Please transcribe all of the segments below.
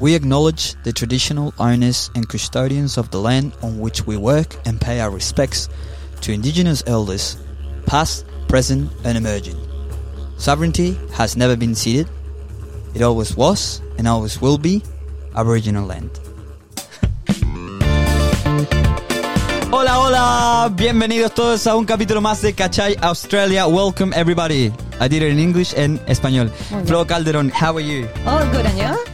We acknowledge the traditional owners and custodians of the land on which we work and pay our respects to Indigenous elders, past, present, and emerging. Sovereignty has never been ceded, it always was and always will be Aboriginal land. Hola, hola! Bienvenidos todos a un capítulo más de Cachai Australia. Welcome everybody. I did it in English and español. Muy bien. Flo Calderón, how are you? Oh, good on you.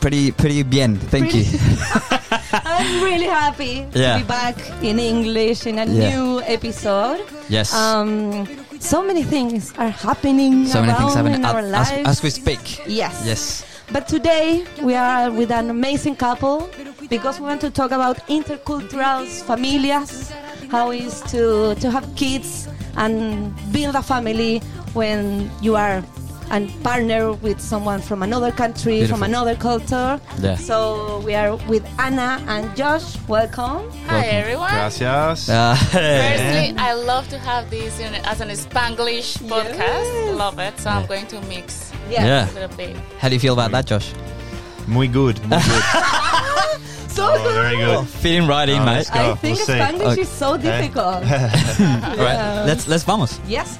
Pretty, pretty bien. Thank you. I'm really happy Yeah. to be back in English in a Yeah. new episode. Yes. Um, so many things are happening so many things around happen in our as, lives. as we speak. Yes. Yes. But today we are with an amazing couple because we want to talk about interculturals, familias, how is to to have kids and build a family when you are and partner with someone from another country, Beautiful. from another culture. Yeah. So we are with Anna and Josh. Welcome. Hi Welcome. everyone. Gracias. Uh, Firstly, I love to have this in, as an Spanglish podcast. Love it. So I'm going to mix Yeah. a little bit. How do you feel about that, Josh? Muy good. Muy good. So Oh, very good. Fitting right in, Oh, mate. that's good. I Go, think we'll see. Spanish Okay. is so difficult. All right, let's let's vamos. yes.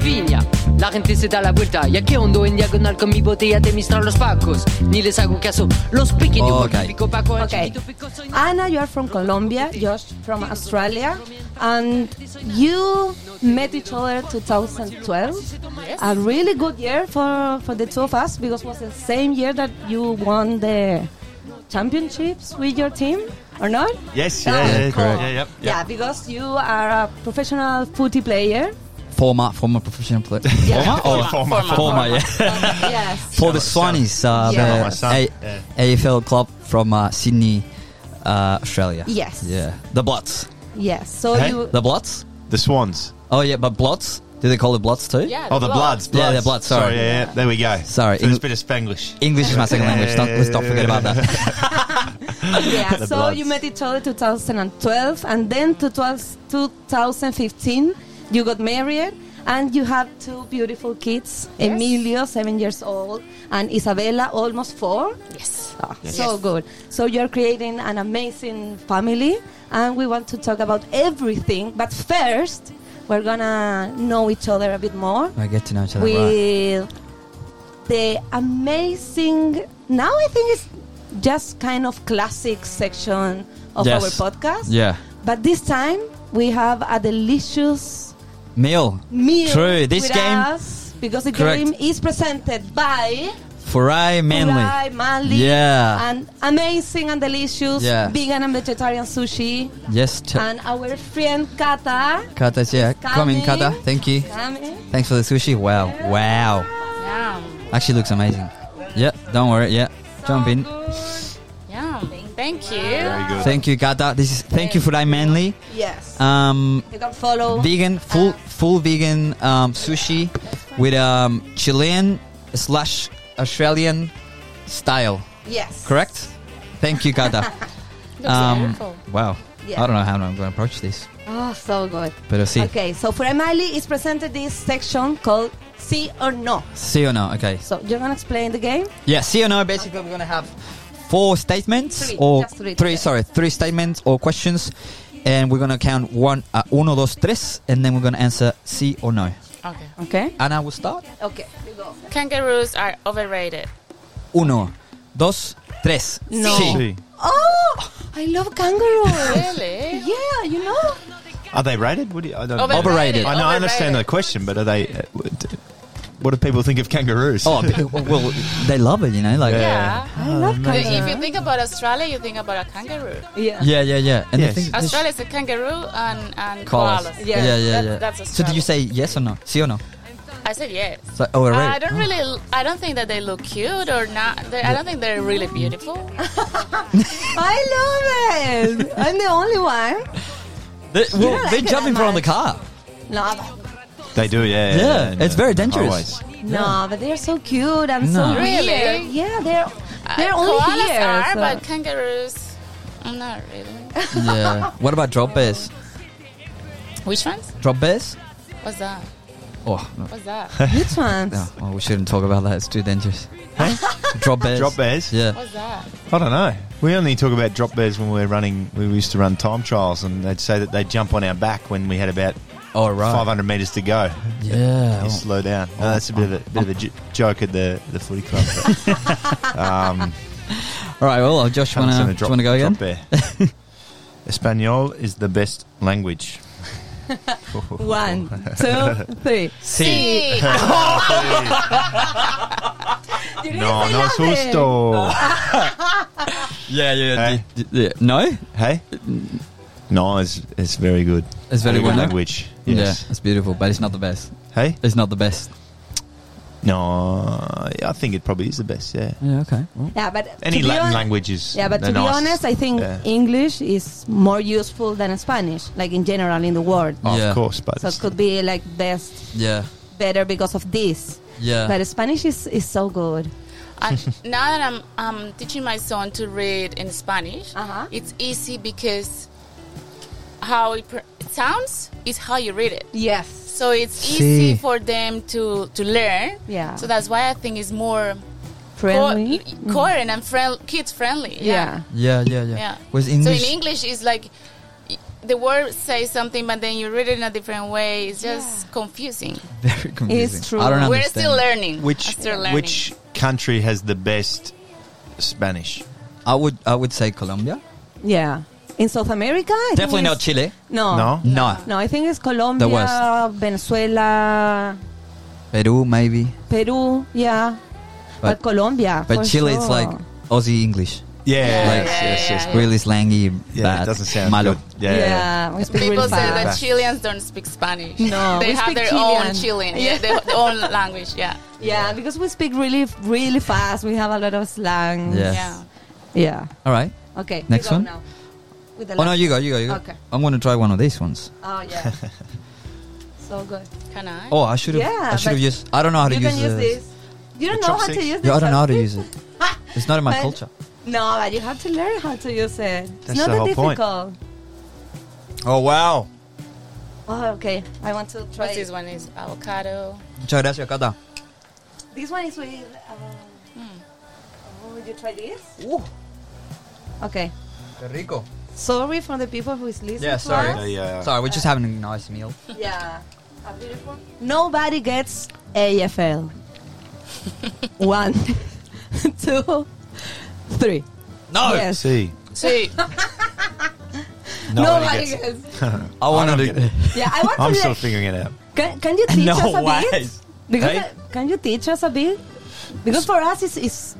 Viña, la gente se da la vuelta Ya que hondo en diagonal con mi botella de mis los pacos Ni les hago caso, los pequeños Ok. porque pico paco al Okay. chiquito picoso y- Anna, you are from Colombia, Josh from Australia, and you met each other 2012. A really good year for, for the two of us because it was the same year that you won the championships with your team, or not? Yes, Ah, yeah, yeah, cool. yeah, yeah, Yeah, yeah. because you are a professional footy player. Former former professional player. Yeah. Former or Former, former, former, yeah. yes. For the Shout out, Swannies, uh, Yeah. the Shout out my son, A- yeah. AFL club from uh, Sydney, uh, Australia. Yes. Yeah. The Blots. Yes. So Hey. you. The Blots. The Swans. Oh yeah, but Blots. Do they call it Blots too? Yeah. Oh, the Bloods. Yeah, bloods. the Bloods, sorry. yeah, yeah. There we go. Sorry, So there's Eng- a bit of Spanglish. English is my second language. Don't, let's not forget about that. yeah, The so Bloods. you met each other 2012, and then to 12 2015, you got married, and you have two beautiful kids Emilio, seven years old, and Isabella, almost four. Yes. Ah, So good. So you're creating an amazing family, and we want to talk about everything, but first, we're gonna know each other a bit more I get to know each other. right. with the amazing now i think it's just kind of classic section of Yes. our podcast Yeah. but this time we have a delicious Meal. meal True. This with game- us because the Correct. game is presented by Furai Manly. Ulay Manly Yeah. and amazing and delicious Yeah. vegan and vegetarian sushi yes. T- and our friend Kata Kata, yeah. Come in, Kata. coming. Thank you. Kami. Thanks for the sushi. Wow. Wow. Yum. Actually looks amazing. Yeah, don't worry. Yeah, jump in. Yum. Thank you. Very good. Thank you, Kata. This is thank you for that manly. yes Um, you can follow vegan, full full vegan um, sushi with um Chilean slash Australian style. yes Correct. Thank you, Kata. Looks Um, beautiful. wow. I Yeah. don't know how I'm going to approach this, oh so good but I'll see. Okay, so for Emily is presented this section called See or No. See or no? Okay. So you're gonna explain the game? Yeah, see or no, basically we're gonna have four statements Three, or just three today. sorry, three statements or questions and we're gonna count one uh, uno dos tres and then we're gonna answer sí or no. Okay. Okay. Ana will start. Okay, you go. Kangaroos are overrated. Uno, dos, tres. No. Sí. See. Oh I love kangaroos. Really? yeah, you know? Are they rated? What do you, I don't Overrated. Overrated. I know. I understand the Overrated. question, but are they? uh, what do- What do people think of kangaroos? Oh, b- well, they love it, you know, like Yeah. I Oh, love If you kangaroos. think about Australia, you think about a kangaroo. Yeah. yeah, yeah, yeah. And Yes. I think Australia is a kangaroo and, and Koalas. koalas. Yeah, yeah, yeah. That- that's so did you Australia. say yes or no? See or no? I said yes. So overrated. Uh, I don't really. l- I don't think that they look cute or not. They- I don't think they're really beautiful. I love it. I'm the only one. They, well, Yeah, they I jump can in front of the car. No, but- They do, yeah. uh, Yeah, it's very dangerous. Always. no, but they're so cute and No. so Really? weird. Yeah, they're they're Uh, only koalas here. are, so- but kangaroos, not really. yeah. What about drop bears? Which ones? Drop bears? What's that? Oh, no. What's that? Which ones? no well, we shouldn't talk about that. It's too dangerous. Drop bears. Drop bears? Yeah. What's that? I don't know. We only talk about drop bears when we we're running. We used to run time trials, and they'd say that they'd jump on our back when we had about Oh, right. 500 metres to go. Yeah. You slow down. Oh, No, that's a bit of a bit of a j- joke at the the footy club. but, um, All right. Well, Josh, haven't seen wanna, a do you want to go again? drop bear. Espanol is the best language. One, two, three. Sí. No, no es justo. Yeah, yeah, Hey? d- d- yeah. No, hey? No, it's, it's very good. it's very good good. no? language. Yes. Yeah, it's beautiful, but it's not the best. Hey? It's not the best. No, I think it probably is the best, yeah. Yeah. Okay. Yeah, but to Any be Latin hon- language is. Yeah, but the to be nicest. honest, I think Yeah. English is more useful than Spanish, like in general in the world. Oh. Yeah. Of course, but. So it could be like best, Yeah. better because of this. Yeah. But Spanish is, is so good. And Uh, now that I'm I'm teaching my son to read in Spanish, Uh-huh. it's easy because how it, pr- it sounds is how you read it. Yes. So it's easy Sí. for them to to learn. Yeah. So that's why I think it's more co- Friendly. current and friend, kids friendly. Yeah. yeah. Yeah. Yeah. Yeah. Was So English? in English, it's like y- the word says something, but then you read it in a different way. It's just confusing. very confusing. true. I don't We're understand. We're still learning. Which, I'm still learning. which country has the best Spanish? I would. I would say Colombia. Yeah. In South America? I think Definitely not it's- Chile. No. No? No. No, I think it's Colombia, West. Venezuela, Peru maybe, Peru. Yeah. but But, Colombia. but for Chile it's sure. like Aussie English. Yeah, Yeah, yes, yeah, yes, yeah, yes. yeah. Really slangy, Yeah, bad, it doesn't sound malo. good. Yeah, Yeah, we speak People really say that fast. Chileans don't speak Spanish. No, they we have speak their Chilean. own Chilean, yeah, their, their own language. Yeah, Yeah, because we speak really, really fast. We have a lot of slang. Yeah. Yes. yeah. Yeah. All right. Okay. Next you go one? Now. With the Oh no, last- you go. You go. You go. Okay. I'm gonna try one of these ones. Oh yeah. so good. Can I? Oh, I should have. Yeah, I should have but used. I don't know how to you use, can use the- this. You don't The know how to chopsticks? use this. Yeah, I don't know how to use it. It's not in my But- culture. No, but you have to learn how to use it. It's That's not the that whole point. difficult. Oh wow. Oh, okay. I want to try What's this one is avocado. Muchas gracias, Cata. This one is with. Uh, Hmm. oh, Would you try this? Okay. Qué rico. Sorry for the people who is listening. Yeah, to sorry. us. yeah. Sorry, we're just having a nice meal. Yeah. A beautiful. Nobody gets AFL. one, two, three. No, Yes. See. See, Nobody Nobody gets it. gets. I I want don't to. get it. Yeah, I want I'm to. still learn- figuring it out. Can, can you teach No us a bit? ways. Because Hey? uh, can you teach us a bit? Because for us, it's, it's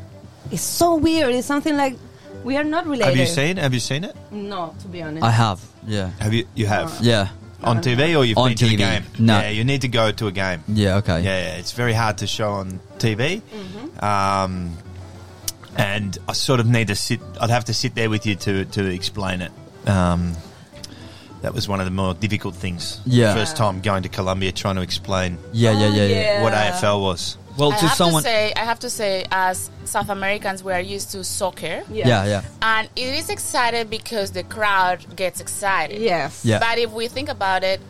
it's so weird. It's something like we are not related. Have you seen? Have you seen it? No, to be honest. I have. Yeah. Have you? You have Yeah. on TV or you've On been to the TV, game? no. Yeah, you need to go to a game. Yeah. Okay. Yeah, yeah, it's very hard to show on TV. Mm-hmm. Um, and I sort of need to sit. I'd have to sit there with you to to explain it. Um, that was one of the more difficult things. Yeah. First time going to Colombia, trying to explain Yeah. Yeah. Yeah. yeah. Yeah. what AFL was. Well, I to have someone. to say, I have to say, as South Americans, we are used to soccer, yeah. Yeah. and it is excited because the crowd gets excited. Yes. Yeah. But if we think about it,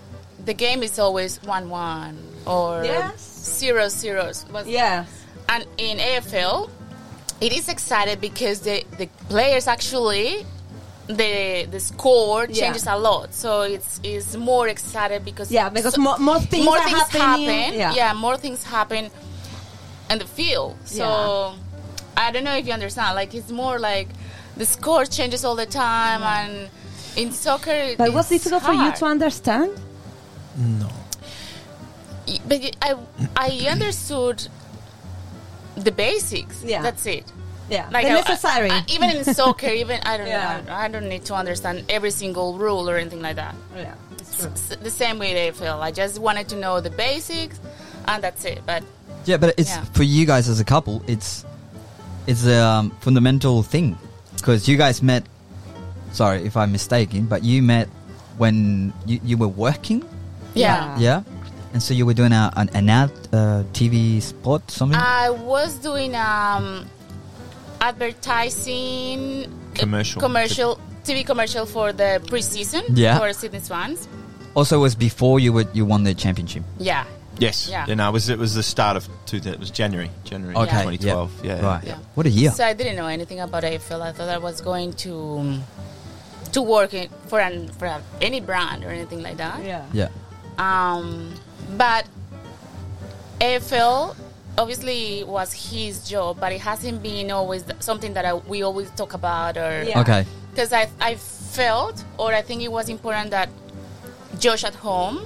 the game is always one-one or Yes. zero zeros. What's- Yes. and in AFL, it is excited because the, the players actually the the score Yeah. changes a lot, so it's it's more excited because Yeah, because so- more, more things more are things happening. happen. Yeah. Yeah. more things happen in the field. So Yeah. I don't know if you understand. Like it's more like the score changes all the time, and in soccer, it- But what's it's difficult for you hard. to understand? Y- but y- I I understood the basics. Yeah. that's it. Yeah. Like uh, the I- necessary. I- even in soccer, even I don't Yeah. know, I don't need to understand every single rule or anything like that. yeah. It's true. It's the same way they feel. I just wanted to know the basics, and that's it. But Yeah, but it's Yeah. for you guys as a couple. It's it's a um, fundamental thing because you guys met. Sorry if I'm mistaken, but you met when you, you were working. Yeah. Yeah, and so you were doing a, an an ad uh, TV spot something. I was doing um, advertising Commercial. commercial TV commercial for the preseason Yeah. for Sydney Swans. also, it was before you were you won the championship. Yeah, Yes. Yeah. Yeah. No, it was it was the start of two. It was January, January Okay, yeah. 2012. Yeah. Right. yeah. What a year. So I didn't know anything about AFL. I thought I was going to um, to work in, for an, for a, any brand or anything like that. Yeah. yeah. Um, but AFL obviously was his job, but it hasn't been always th- something that I, we always talk about or Yeah. Okay. because I, I felt or I think it was important that Josh at home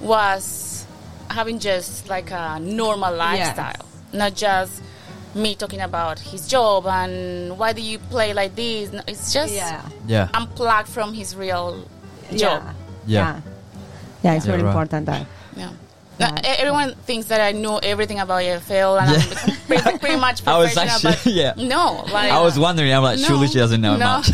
was having just like a normal Yes. lifestyle, not just me talking about his job and why do you play like this. No, It's just Yeah. Yeah. Um, unplugged from his real Yeah. job. Yeah. Yeah. Yeah, it's Yeah, very right. important that. Yeah. Yeah. Uh, e- everyone thinks that I know everything about AFL and I'm pretty, pretty much I professional. was actually- but yeah. No, like, I was wondering. I'm like, No. surely she doesn't know No. much.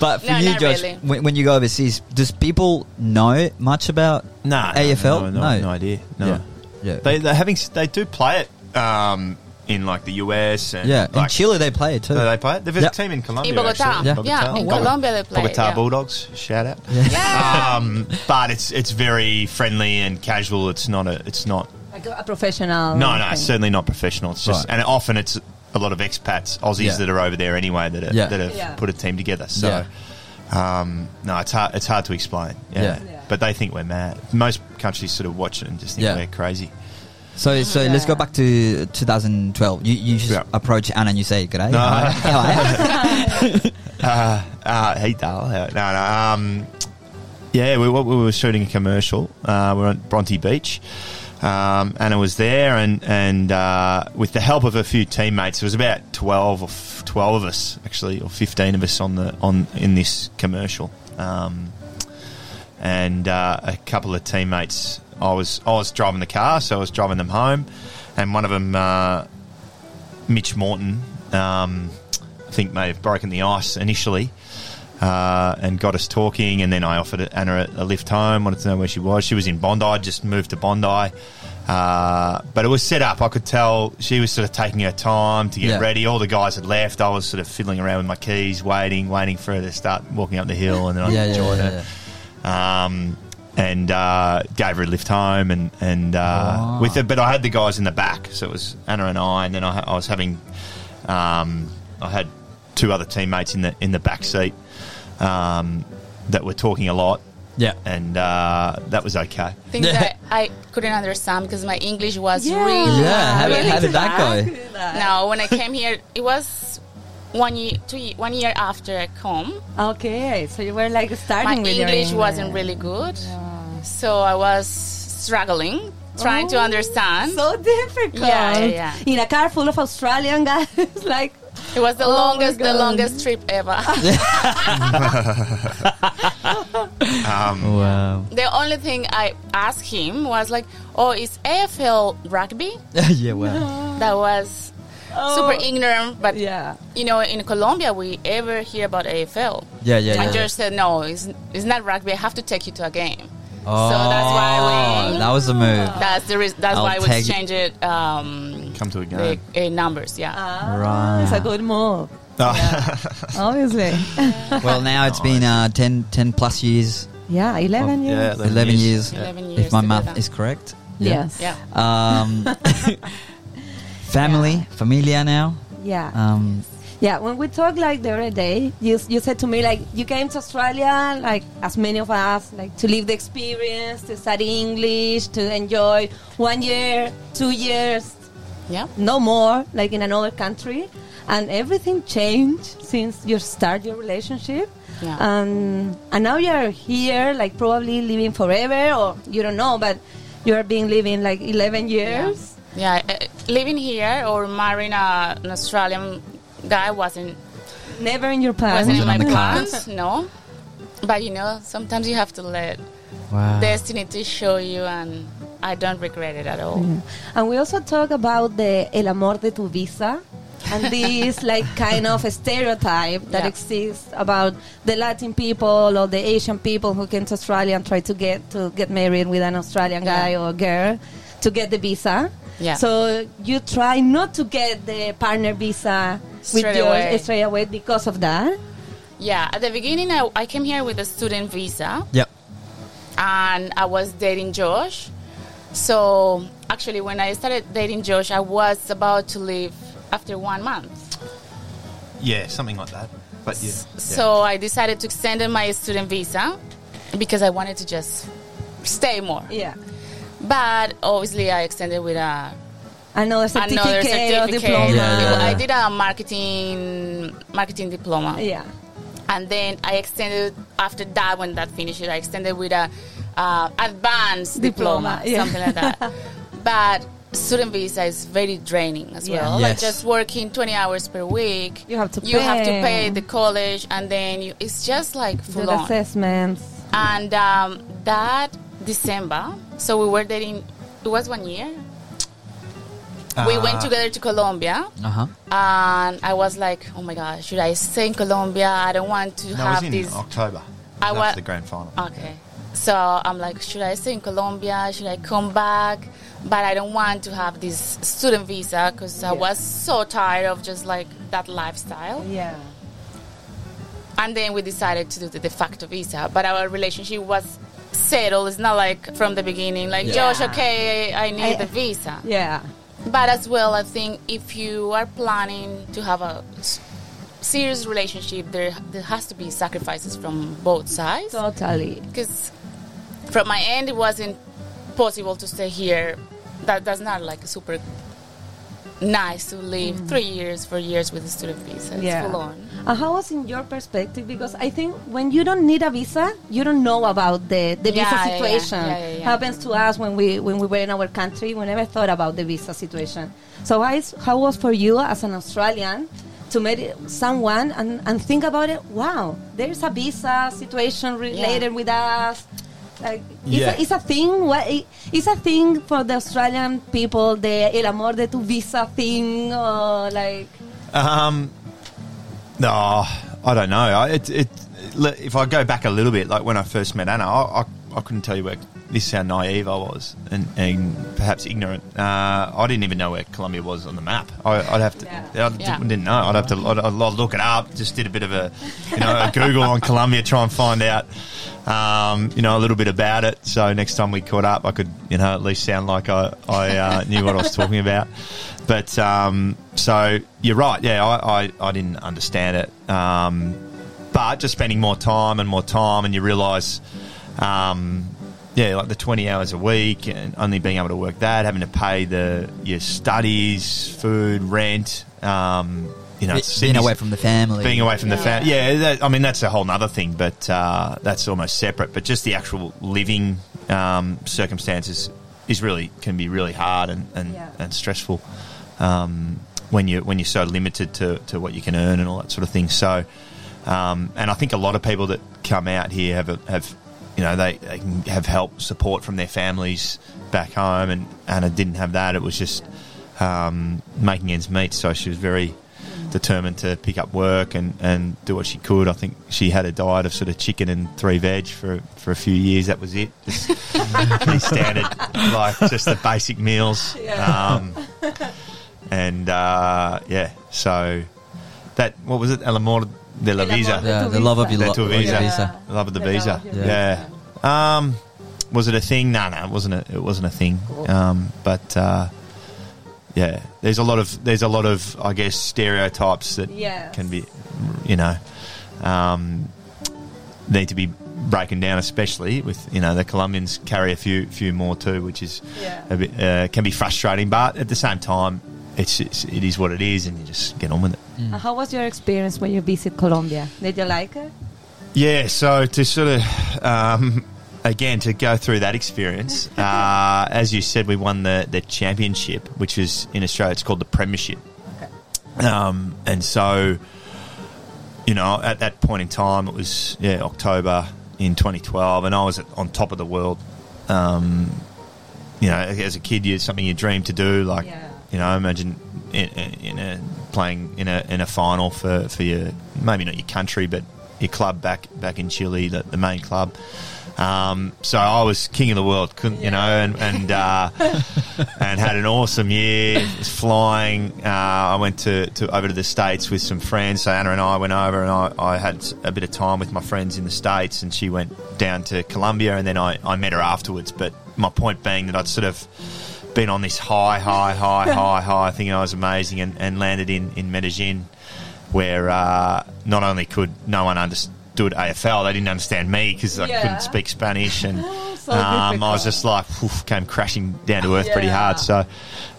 but for No, you, not Josh, really. when, when you go overseas, does people know much about Nah, AFL? No, no, no idea. No. Yeah. Yeah. They they having s- they do play it um, in like the US and yeah. In like, Chile, they play it too. No, they play it. There's a Yep. team in Colombia. In Bogota. actually. Yeah. Yeah, in Colombia they play it, Bogota yeah. Bulldogs. Shout out. yeah. Um, but it's it's very friendly and casual. It's not a it's not Like a professional. no no thing. it's certainly not professional. It's just Right. and often it's a lot of expats Aussies Yeah. that are over there anyway that are, Yeah. that have Yeah. put a team together. So Yeah. um, no, it's hard it's hard to explain. Yeah. Yeah. Yeah. but they think we're mad. Most countries sort of watch it and just think Yeah. we're crazy. So, so let's go back to 2012. You, you just Yeah. approach Anna and you say, "G'day." No. How are you?" Uh, uh, hey, Dal. Uh, No, no. Um, yeah, we, we were shooting a commercial. Uh, we were on Bronte Beach. Um, Anna was there, and and uh, with the help of a few teammates, there was about twelve or f- twelve of us actually, or fifteen of us on the on in this commercial. Um, and uh, a couple of teammates, I was I was driving the car, so I was driving them home, and one of them. Uh, Mitch Morton, um, I think, may have broken the ice initially uh, and got us talking. And then I offered Anna a, a lift home, wanted to know where she was. She was in Bondi, just moved to Bondi. Uh, but it was set up. I could tell she was sort of taking her time to get Yeah. ready. All the guys had left. I was sort of fiddling around with my keys, waiting, waiting for her to start walking up the hill. And then I yeah, yeah, joined yeah, her yeah. um, and uh, gave her a lift home and and uh, Ah. with it. But I had the guys in the back, so it was Anna and I, and then I, ha- I was having um, I had two other teammates in the in the back seat um, that were talking a lot, Yeah. and uh, that was okay. Things Yeah. that I couldn't understand because my English was Yeah. really Yeah, how, really how did that go? No, when I came here, it was one year, two year, one year after I come. Okay, so you were like My starting with your English wasn't really good, so I was struggling, trying to Oh, understand. so difficult. Yeah, yeah, yeah. In a car full of Australian guys, like it was the Oh my longest, the God. longest trip ever. Wow. the only thing I asked him was like, "Oh, is AFL rugby?" yeah. Wow. That was super E- ignorant, but Oh. yeah. you know, in Colombia, we ever hear about AFL. Yeah, yeah, yeah. And George said, no, it's, it's not rugby. I have to take you to a game. Oh, so that's why we. that was the move. that's the reason. That's I'll why we take- changed it. Um, Come to a game. the uh, numbers, yeah. Ah, Right. It's a good move, Oh. obviously. well, now it's been uh, 10, 10 plus years, yeah, 11 years. yeah, 11, years, 11 if years my together. math is correct. Yes. Yeah. Um, family, familia now. Yeah. Um, Yeah, when we talked like the other day, you, you said to me like you came to Australia like as many of us like to live the experience, to study English, to enjoy one year, two years, Yeah. no more like in another country, and everything changed since you start your relationship. Yeah. Um, and now you're here like probably living forever or you don't know, but you are being living like 11 years. Yeah. Uh, living here or marrying a, an Australian guy wasn't, Never in your past. wasn't in Wasn't on my the cards. plans, no. But you know, sometimes you have to let wow. destiny to show you, and I don't regret it at all. Mm-hmm. And we also talk about the el amor de tu visa and this like kind of stereotype that Yeah. exists about the Latin people or the Asian people who came to Australia and try to get to get married with an Australian guy Yeah. or girl to get the visa. Yeah. So you try not to get the partner visa with Straight your away. straight away because of that. Yeah, at the beginning, I, I came here with a student visa. Yep. and I was dating Josh. So actually, when I started dating Josh, I was about to leave after one month. Yeah, something like that. But yeah. yeah. So I decided to extend my student visa because I wanted to just stay more. Yeah. But obviously, I extended with a Another certificate, another or certificate. diploma. Yeah. I did a marketing marketing diploma, Yeah. and then I extended after that. When that finished, I extended with a uh, advanced Diploma, diploma, yeah. something like that. but student visa is very draining as Yeah. well. Yes. Like just working twenty hours per week, You have to you have to pay. pay the college, and then you, it's just like full Your on. assessments. And um, that December, so we were dating. It was one year. we went Uh, together to Colombia, Uh huh. and I was like, "Oh my God, should I stay in Colombia? I don't want to No, it was have in this." October. I That's wa- the grand final. Okay. So I'm like, should I stay in Colombia? Should I come back? But I don't want to have this student visa because I Yeah. was so tired of just like that lifestyle. Yeah. And then we decided to do the de facto visa. But our relationship was settled. It's not like from the beginning, like, Yeah. Josh, okay, I need I- the visa. Yeah. But as well, I think if you are planning to have a s- serious relationship, there, there has to be sacrifices from both sides. Totally. because from my end it wasn't possible to stay here that that's not like super nice to live three years four years with a student visa it's Yeah. full on And how was in your perspective? Because I think when you don't need a visa, you don't know about the, the Yeah, yeah, visa yeah. situation. Yeah, yeah, yeah. Happens to us when we when we were in our country. We never thought about the visa situation. So how is how was for you as an Australian to meet someone and, and think about it? Wow, there's a visa situation related with us. Like, it's, Yeah. a, it's a thing. What it- it's a thing for the Australian people. The el amor de tu visa thing, or like Um, no, I don't know. I, it, it, le- if I go back a little bit, like when I first met Anna, I, I, I couldn't tell you where this is how naive I was and, and perhaps ignorant. Uh, I didn't even know where Colombia was on the map. I, I'd have to, Yeah. I d- Yeah. didn't know. I'd have to, I'd, I'd look it up. Just did a bit of a, you know, a Google on Colombia, try and find out, um, you know, a little bit about it. So next time we caught up, I could, you know, at least sound like I, I uh, knew what I was talking about. But um, so you're right. Yeah, I, I, I didn't understand it. Um, but just spending more time and more time, and you realise, um, yeah, like the twenty hours a week, and only being able to work that, having to pay the your studies, food, rent, um, you know, Being Sydney's- away from the family. being away from the Yeah. family. Yeah, that, I mean that's a whole other thing, but uh, that's almost separate. But just the actual living um, circumstances is really can be really hard and and, Yeah. and stressful um, when you when you're so limited to, to what you can earn and all that sort of thing. So, um, and I think a lot of people that come out here have a, have you know they, they can have help support from their families back home, and Anna didn't have that. It was just um, making ends meet. So she was very determined to pick up work and, and do what she could. I think she had a diet of sort of chicken and three veg for for a few years. That was it. Just pretty standard, like just the basic meals. Um, and uh, yeah, so that what was it? El amor de la El amor visa. Yeah, Tu the love of visa. your De lo- tu of your visa. visa. Love of the The visa. love of your Yeah. Um, was it a thing? No, no, it wasn't. A, it wasn't a thing. Um, but uh, yeah, there's a lot of there's a lot of I guess stereotypes that Yes. can be, you know, um, need to be broken down, especially with you know the Colombians carry a few few more too, which is Yeah. a bit, uh, can be frustrating. But at the same time, it's, it's it is what it is, and you just get on with it. And Uh, How was your experience when you visit Colombia? Did you like it? Yeah, so to sort of, um, again, to go through that experience, uh, as you said, we won the, the championship, which is in Australia, it's called the Premiership. Um, and so, you know, at that point in time, it was, yeah, October in 2012, and I was at, on top of the world. Um, you know, as a kid, you something you dream to do, like, Yeah. you know, imagine in, in a playing in a in a final for, for your maybe not your country, but your club back back in Chile, the, the main club. Um, so I was king of the world, couldn't you know, and and uh, and had an awesome year. Was flying, uh, I went to, to over to the states with some friends. So Anna and I went over, and I, I had a bit of time with my friends in the states, and she went down to Colombia, and then I, I met her afterwards. But my point being that I'd sort of been on this high, high, high, high, high, thinking I was amazing, and, and landed in in Medellin where uh, not only could no one understood AFL, they didn't understand me because I Yeah. couldn't speak Spanish, and So um, I difficult. was just like oof, came crashing down to earth pretty hard. So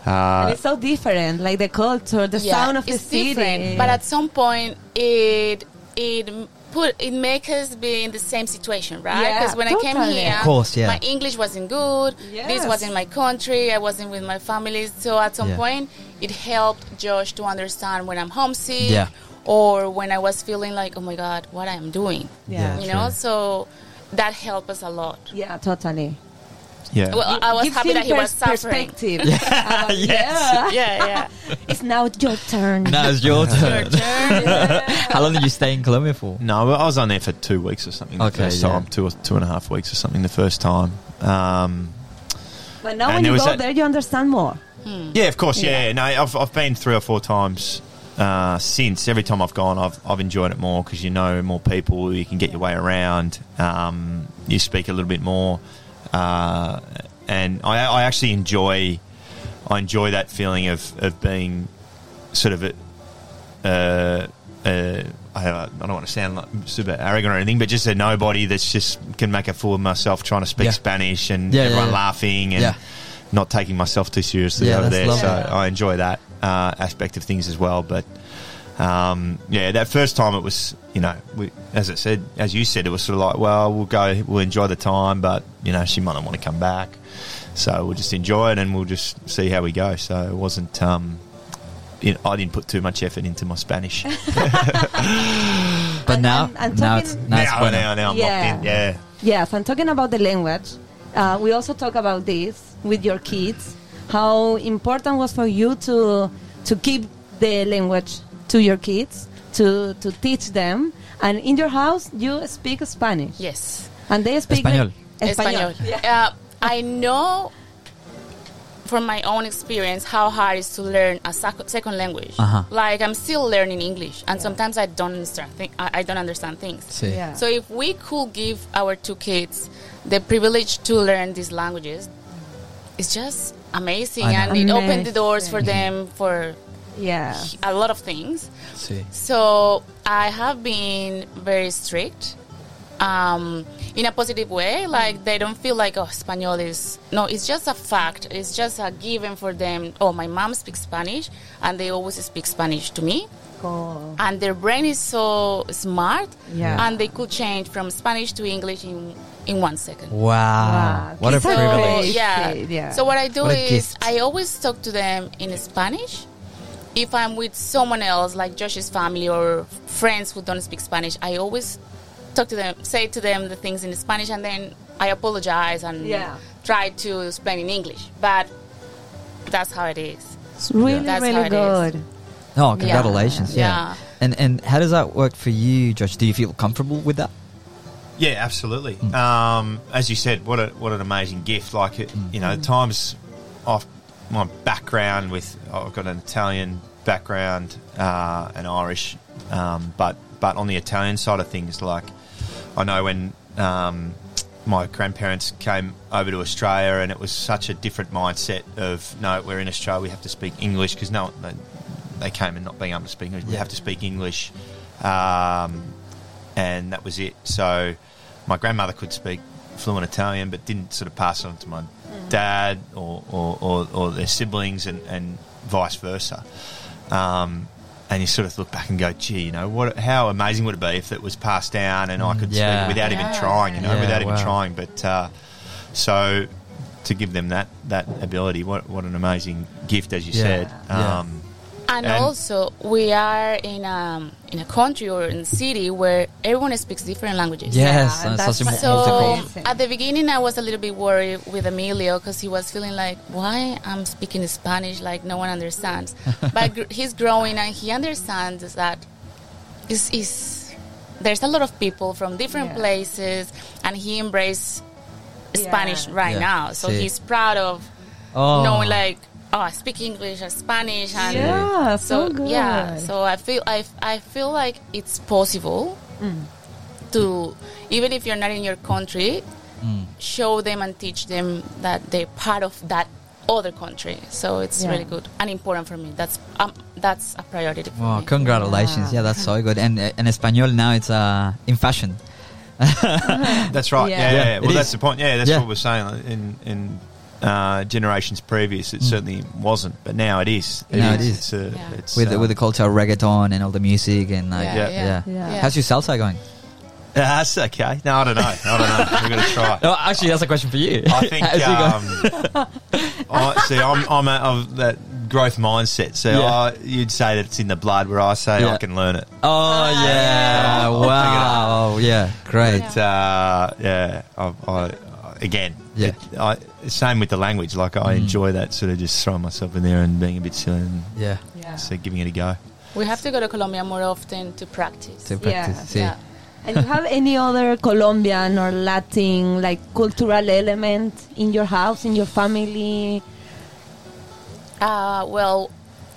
uh, it's so different, like the culture, the Yeah, sound of the it's city. different, but at some point it it put it make us be in the same situation, right? Yeah, Because when I came totally. here, Of course, yeah. my English wasn't good. This Yes. wasn't my country. I wasn't with my family. So at some Yeah. point, it helped Josh to understand when I'm homesick. Yeah. Or when I was feeling like, oh my God, what I am doing, yeah, Yeah. you know, True. so that helped us a lot. yeah, totally. yeah, Well, I was Gives happy him that he was pers- suffering. Perspective. About- yeah. Yeah, yeah. it's now your turn. Now it's your turn. Sure. How long did you stay in Colombia for? no, I was on there for two weeks or something. The Okay, first yeah. time two or two and a half weeks or something. The first time. Um, But now And when there you was go that- there, you understand more. Yeah, of course. Yeah, no, I've, I've been three or four times uh, since. Every time I've gone, I've, I've enjoyed it more because you know more people, you can get your way around, um, you speak a little bit more, uh, and I, I actually enjoy I enjoy that feeling of of being sort of a, uh, uh, I, I don't want to sound like super arrogant or anything, but just a nobody that's just can make a fool of myself trying to speak Yeah. Spanish and Yeah, yeah, everyone yeah. laughing and Yeah. not taking myself too seriously Yeah, over that's there. So lovely. I enjoy that uh, aspect of things as well. But um, yeah, that first time it was, you know, we, as I said, as you said, it was sort of like, well, we'll go, we'll enjoy the time, but you know, she might not want to come back, so we'll just enjoy it and we'll just see how we go. So it wasn't. Um, you know, I didn't put too much effort into my Spanish. But And- now, now, and- and talking- it's, now, it's now, bueno. now, now I'm Yeah. locked in. Yeah. Yes, and talking about the language, uh, we also talk about this with your kids. How important was for you to to keep the language to your kids, to to teach them, and in your house you speak Spanish, yes. and they speak Español. Español. Uh, I know from my own experience how hard it is to learn a sec- second language. Uh-huh. Like I'm still learning English, and sometimes I don't understand. Th- I I don't understand things. See. Yeah. So if we could give our two kids the privilege to learn these languages, it's just amazing, I know. Mm-hmm. and it opened the doors for Amazing. them for Yeah. a lot of things. See. So I have been very strict, um, in a positive way. Like they don't feel like oh, Spanish is no. It's just a fact. It's just a given for them. Oh, my mom speaks Spanish, and they always speak Spanish to me. Cool. And their brain is so smart, Yeah. and they could change from Spanish to English in in one second. Wow. Wow. What a Kids are privilege. great. yeah. Yeah. So what I do What a is gift. I always talk to them in Spanish. If I'm with someone else, like Josh's family or friends who don't speak Spanish, I always talk to them, say to them the things in Spanish, and then I apologize and Yeah. try to explain in English. But that's how it is. It's really, That's how really it is. good. No, Oh, congratulations. Yeah. Yeah. And and how does that work for you, Josh? Do you feel comfortable with that? Yeah, absolutely. Um, as you said, what a, what an amazing gift! Like it, you know, at times off my background with I've got an Italian background uh, and Irish, um, but but on the Italian side of things, like I know when um, my grandparents came over to Australia, and it was such a different mindset of no, we're in Australia, we have to speak English because no, they, they came and not being able to speak English, we Yeah. have to speak English. Um, and that was it. So my grandmother could speak fluent Italian, but didn't sort of pass it on to my dad or, or, or, or their siblings, and, and vice versa. Um, and you sort of look back and go, gee, you know, what? How amazing would it be if it was passed down and I could Mm, Yeah. speak it without Yeah. even trying, you know, Yeah, without even wow. trying. But uh, so to give them that that ability, what what an amazing gift, as you Yeah. said. Yeah. Um, And, And- also, we are in a, in a country or in a city where everyone speaks different languages. Yes. and and such a that's- So multiple. Multiple. at the beginning, I was a little bit worried with Emilio because he was feeling like, "Why I'm speaking Spanish like no one understands." but gr- he's growing and he understands that it's, it's there's a lot of people from different Yeah. places, and he embraced Yeah. Spanish right Yeah. now. So Sí. he's proud of Oh. knowing like oh, I speak English and Spanish and Yeah, Ah, so, so good. yeah, so I feel I, I feel like it's possible Mm. to even if you're not in your country, show them and teach them that they're part of that other country. So it's Yeah. really good and important for me. That's um, that's a priority for Wow, me. congratulations. Yeah, Yeah. that's so good. And uh, in Espanol now it's uh, in fashion. That's right. Yeah. Yeah, yeah. Yeah, yeah. it Well, is. that's the point. Yeah, that's Yeah. what we're saying. like, In in uh, generations previous, it certainly wasn't, but now it is. Mm. Now it is. It's a, Yeah. it's, With, the uh, with the culture of reggaeton and all the music and like, Yeah, yeah. Yeah. Yeah. Yeah. Yeah. How's your salsa going? Ah, That's okay. No, I don't know. I don't know. We're going to try. No, actually, that's a question for you. I think. Oh, How's it going? Um, I, see, I'm I'm a, of that growth mindset. So Yeah. I, you'd say that it's in the blood, where I say Yeah. I can learn it. oh, yeah. I'll pick it up. Wow. Oh, Yeah, great. But uh, yeah, I, I, again, Yeah. Mm. it- I, same with the language. Like I enjoy that sort of just throwing myself in there and being a bit silly and Yeah. Yeah. so giving it a go. We have to go to Colombia more often to practice. To practice. Yeah. Yeah. And you have any other Colombian or Latin like cultural element in your house, in your family? Uh, well,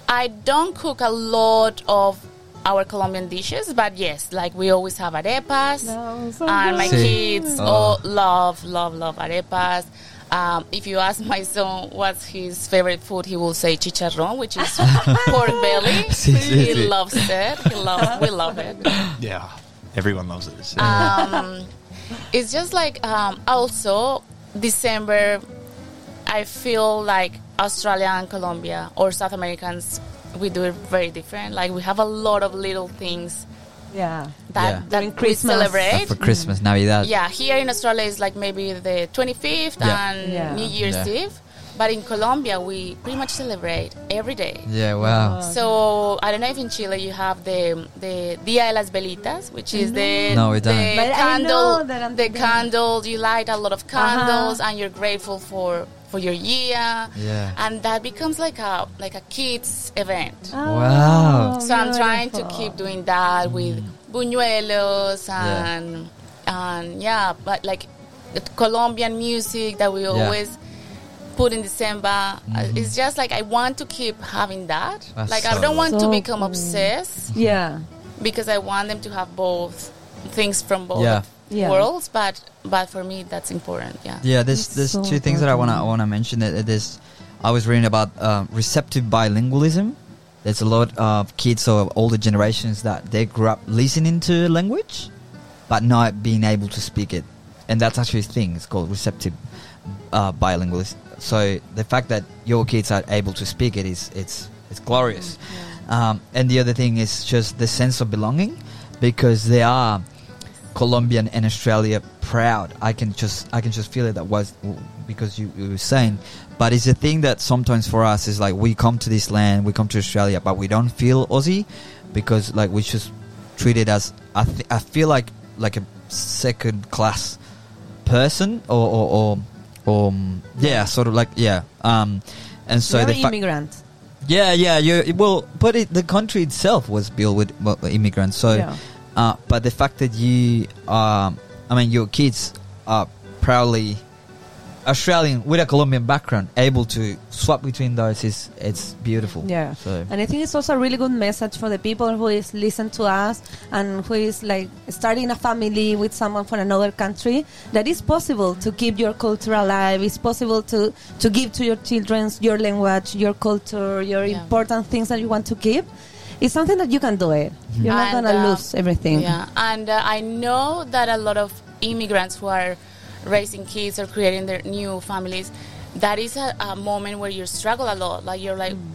I don't cook a lot of our Colombian dishes, but yes, like we always have arepas. No, so and my good. Sí. kids Oh. all love, love, love arepas. Um, if you ask my son what's his favorite food, he will say chicharrón, which is pork belly. Sí, sí, he sí. loves it. He loves. We love it. Yeah, everyone loves it. So. Um, it's just like um, also December. I feel like Australia and Colombia or South Americans, we do it very different. Like we have a lot of little things Yeah. that Yeah. that During we Christmas. Stuff celebrate. for Christmas, Navidad. Mm. Yeah, here in Australia is like maybe the 25th Yeah. and Yeah. New Year's Yeah. Eve, but in Colombia we pretty much celebrate every day. Yeah, Oh, wow. So I don't know if in Chile you have the the Dia de las Velitas, which is the No, we don't. the Mm-hmm. But I know candle that I'm the thinking- Uh-huh. candle you light a lot of candles and you're grateful for for your year. Yeah. And that becomes like a like a kids event. Wow. so I'm trying to Oh, beautiful. keep doing that with Mm. buñuelos and and yeah, but like the Colombian music that we always put in December. Uh, It's just like I want to keep having that. Mm-hmm. That's like so I don't want So to become cool. obsessed Yeah. because I want them to have both things from both Yeah. Yeah. worlds. But but for me, that's important. Yeah. Yeah, there's there's That's so two things that I wanna I important. wanna mention. That that there's, I was reading about um, receptive bilingualism. There's a lot of kids of older generations that they grew up listening to language, but not being able to speak it, and that's actually a thing. It's called receptive uh, bilingualism. So the fact that your kids are able to speak it is it's it's glorious. Um, and the other thing is just the sense of belonging, because they are Colombian and Australia proud. I can just I can just feel it that was because you, you were saying. But it's a thing that sometimes for us is like we come to this land, we come to Australia, but we don't feel Aussie because like we just treat it as I, th- I feel like like a second class person or or, or um, yeah sort of like yeah um and so You're the fact immigrant. yeah, yeah. You well, but it, the country itself was built with well, immigrants. So, Yeah. uh, but the fact that you, um, I mean, your kids are proudly Australian with a Colombian background, able to swap between those is it's beautiful. Yeah. So And I think it's also a really good message for the people who is listen to us and who is like starting a family with someone from another country that it's possible to keep your culture alive. It's possible to to give to your children your language, your culture, your Yeah. important things that you want to keep. It's something that you can do it. You're not And, gonna uh, lose everything. Yeah, and uh, I know that a lot of immigrants who are raising kids or creating their new families, that is a, a moment where you struggle a lot. Like you're like, Mm.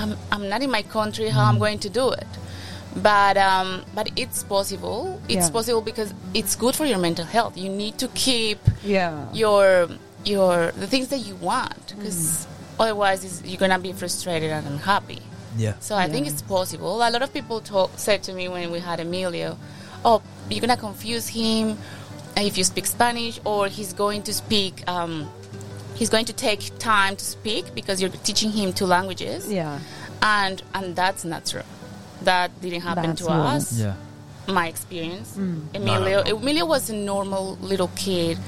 I'm, I'm not in my country. How I'm going to do it? But um, but it's possible. It's Yeah. possible because it's good for your mental health. You need to keep Yeah. your your the things that you want because Mm. otherwise it's, you're gonna be frustrated and unhappy. yeah, So I think Yeah. it's possible. A lot of people talk, said to me when we had Emilio, "Oh, you're gonna confuse him if you speak Spanish, or he's going to speak. Um, he's going to take time to speak because you're teaching him two languages." Yeah. and and that's not true. That didn't happen That's to wrong. us. yeah, my experience. Emilio, Emilio was a normal little kid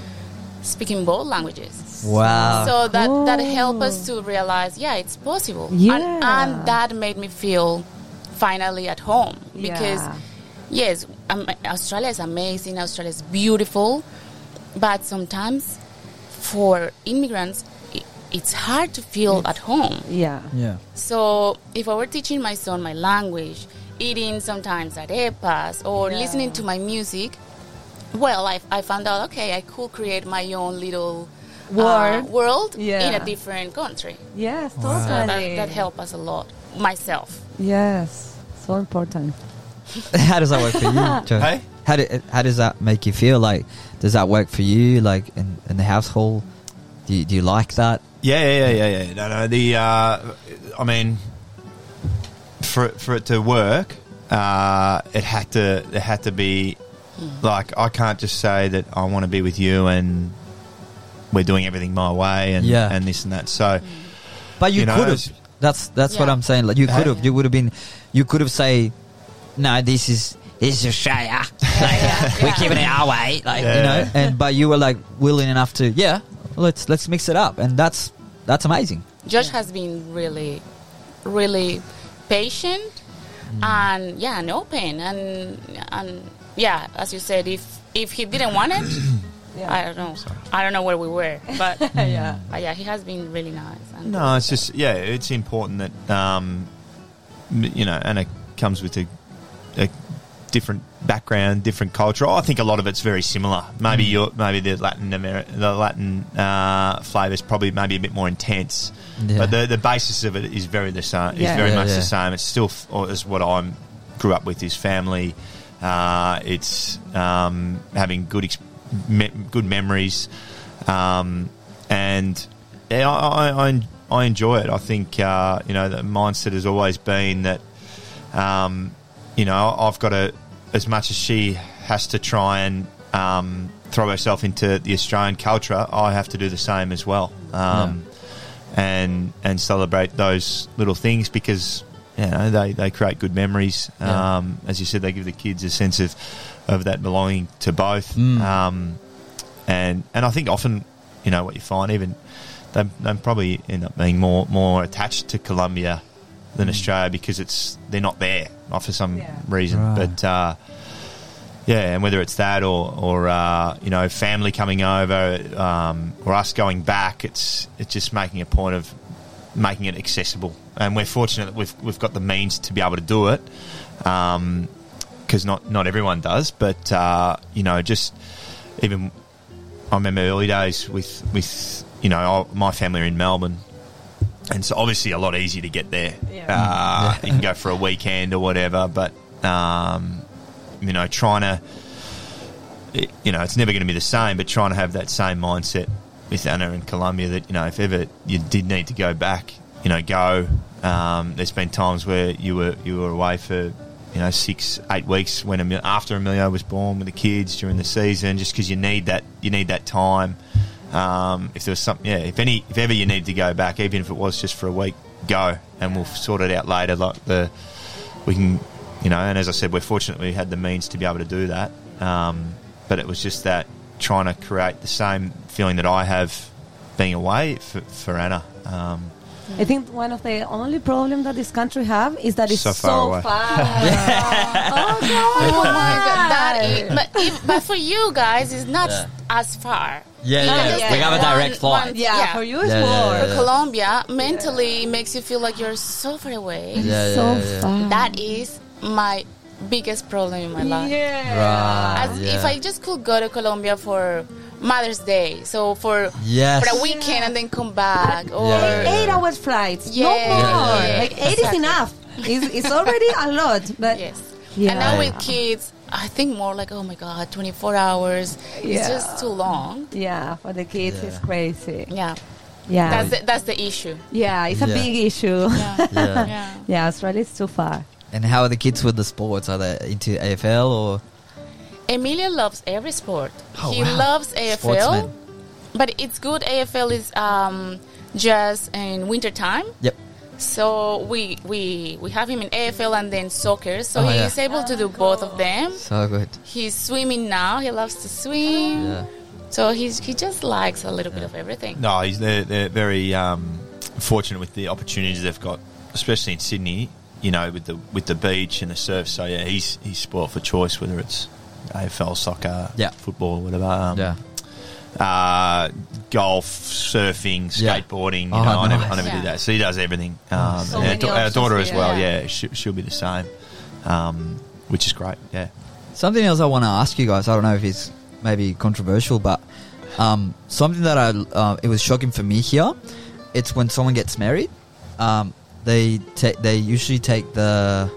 speaking both languages. Wow. so that that cool. helped us to realize, yeah, it's possible. And, Oh. Yeah. and that made me feel finally at home because Yeah. yes, um, Australia is amazing. Australia is beautiful, but sometimes for immigrants. i- It's hard to feel at home. Yeah. yeah. So if I were teaching my son my language, eating sometimes arepas or Yeah. listening to my music, well, I, I found out okay, I could create my own little uh, World. world in Yeah. a different country. Yes, So totally. that, that helped us a lot. Myself, Yes, so important. how does that work for you, Joe? Hey? How, do, how does that make you feel? Like, does that work for you? Like, in, in the household? Do you, do you like that? Yeah, yeah, yeah, yeah, yeah. No, no. The uh, I mean, for it- for it to work, uh, it had to it had to be like I can't just say that I want to be with you and we're doing everything my way and Yeah. and this and that. So But you, You know, could it's- have. That's that's what Yeah. I'm saying. Like you Yeah. could have. You would have been. You could have say, no, this is this is Australia. Like, yeah, we're yeah. keeping it our way. Like you Yeah. know. And but you were like willing enough to yeah. Let's let's mix it up, and that's that's amazing. Josh has been really, really patient and yeah, and open and and yeah, as you said, if if he didn't want it, I don't know, I don't know where we were, but. yeah. Uh, yeah, he has been really nice. And no, it's just yeah, it's important that um, m- you know, and it comes with a, a different background, different culture. I think a lot of it's very similar. Maybe Mm. your maybe the Latin Ameri- the Latin uh, flavor is probably maybe a bit more intense, Yeah. but the the basis of it is very the same. Yeah. Is very Yeah, much yeah. the same. It's still f- or is what I'm grew up with is family. Uh, it's um, having good ex- me- good memories, um, and yeah, I, I, I, I enjoy it. I think uh, you know the mindset has always been that um, you know, I've got to, as much as she has to try and um, throw herself into the Australian culture, I have to do the same as well, um, and and celebrate those little things because you know they, they create good memories. Yeah. Um, as you said, they give the kids a sense of of that belonging to both. Mm. Um, and and I think often, you know, what you find even they, they probably end up being more more attached to Colombia than Australia because it's they're not there uh, for some Yeah. reason. Right. But uh, yeah, and whether it's that or or uh, you know family coming over um, or us going back, it's it's just making a point of making it accessible. And we're fortunate that we've we've got the means to be able to do it. Um, because not not everyone does, but uh, you know, just even I remember early days with with you know I, my family are in Melbourne, and so obviously a lot easier to get there. Yeah. Uh, you can go for a weekend or whatever, but um, you know, trying to it, you know, it's never going to be the same, but trying to have that same mindset with Anna and Colombia that, you know, if ever you did need to go back, you know, go. Um, there's been times where you were you were away for, you know, six, eight weeks when Emil- after Emilio was born with the kids during the season, just because you need that you need that time. Um, if there was something, yeah, if any, if ever you need to go back, even if it was just for a week, go, and we'll sort it out later. Like the we can, you know, and as I said, we're fortunate we had the means to be able to do that. Um, but it was just that trying to create the same feeling that I have being away for, for Anna. Um, I think one of the only problem that this country have is that it's So so far away. far. oh God! Oh my god, that is, but, if, but for you guys, it's not Yeah. as far. Yeah, You yeah, just yeah. take We have a direct flight. one- Yeah, for you it's Yeah, yeah, yeah, war. yeah, For Colombia, mentally it makes you feel like you're so far away. Yeah, so yeah, yeah, yeah. far. That is my biggest problem in my life. Yeah. Right. As Ah, yeah. if I just could go to Colombia for Mother's Day, so for Yes. for a weekend and then come back, or Yeah. Eight hours flights. Yeah. No more. Yeah, yeah, yeah. Like eight is Exactly. enough. It's, it's already a lot, but Yes. Yeah. And now with kids, I think more like, oh my God, 24 hours. It's Yeah. just too long. yeah, for the kids Yeah. it's crazy. Yeah. Yeah, That's the, that's the issue. yeah, it's a Yeah. big issue. Yeah. Yeah. yeah. yeah, Australia is too far. And how are the kids with the sports? Are they into AFL or Emilio loves every sport. Oh, he wow. loves AFL, Sportsman. but it's good. AFL is um, just in winter time. Yep. So we we we have him in AFL and then soccer. So Oh, he yeah. is able to do Ah, both of them. So good. He's swimming now. He loves to swim. Yeah. So he's he just likes a little bit of everything. No, he's, they're, they're very um, fortunate with the opportunities they've got, especially in Sydney. You know, with the with the beach and the surf. So yeah, he's he's sport for choice, whether it's AFL, soccer, Yeah. football, whatever. Um, Yeah. uh, golf, surfing, Yeah. skateboarding. You Oh, know, I never, I nice. Oh, never Yeah. did that. So he does everything. Um, So and our, many da- our options daughter as there. well. Yeah. Yeah, she, she'll be the same, um, which is great. Yeah. Something else I want to ask you guys. I don't know if it's maybe controversial, but um, something that I uh, it was shocking for me here. It's when someone gets married. Um, they ta- they usually take the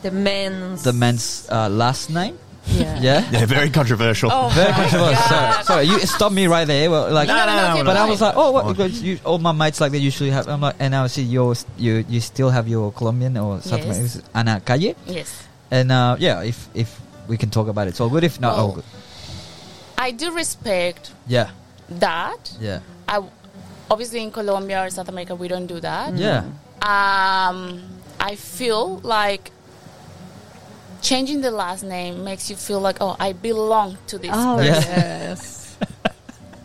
The men's. the man's uh, last name. Yeah. Yeah. Yeah, very controversial. Oh, Very my controversial. Sorry, God. sorry, you stop me right there. Well, like, No, no, no, keep but I going. was like, oh, what? Fine. Because you, all my mates like they usually have. I'm like, and I see yours. You you still have your Colombian or South Yes. American Ana Calle, Yes. and uh, yeah, if if we can talk about it, it's all good. If not, all Well- good. I do respect Yeah, that. yeah, I obviously in Colombia or South America we don't do that. yeah. Um, I feel like changing the last name makes you feel like oh I belong to this. Oh, Yeah. yes.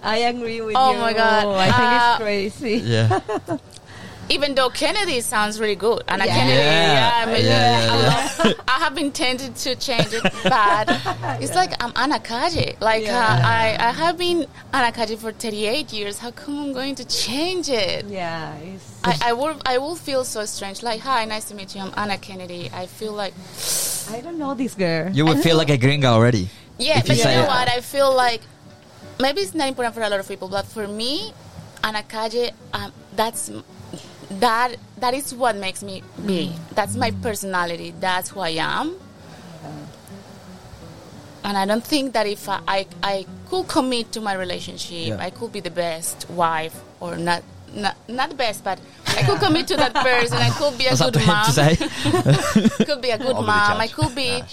I agree with Oh you. my God. I think Uh, it's crazy. Yeah, Even though Kennedy sounds really good, and I Yeah. Kennedy, yeah, Uh-huh. I mean, Yeah, yeah, I, yeah. love- I have been tempted to change it, but it's like I'm Anna Kaji. Like Yeah. uh, I, I have been Anna Kaji for 38 years. How come I'm going to change it? Yeah, it's, I, I will I will feel so strange. Like, hi, nice to meet you. I'm Anna Kennedy. I feel like, I don't know this girl. you would feel like a gringo already. yeah, If you but you say know it. what? I feel like maybe it's not important for a lot of people, but for me, Anna Kaje, um, that's that that is what makes me me. Mm. That's my personality. That's who I am. And I don't think that if I, I, I could commit to my relationship, Yeah. I could be the best wife or not. Not, not the best, but I could commit to that person. I could be a That's up good to him mom. to say. could be a good I'll be the mom. I judge. could be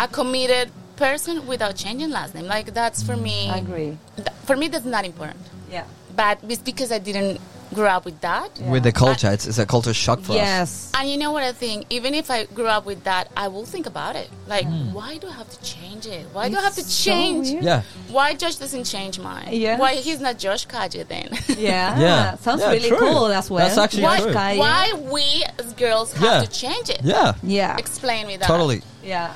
a committed person without changing last name. Like that's for me. I agree. th- for me, that's not important. Yeah. But it's because I didn't grow up with that. With the culture, it's, it's a culture shock for us. Yes. And you know what I think? Even if I grew up with that, I will think about it. Like, why do I have to change it? Why do I have to It's so change? weird. Yeah, Why Josh doesn't change mine? Yeah. Why he's not Josh Kaji then? Yeah. Yeah. Sounds Yeah, really true. cool as well. That's actually why, true. Sky. why we as girls have Yeah. to change it? yeah, Yeah. Explain me that. totally, Yeah.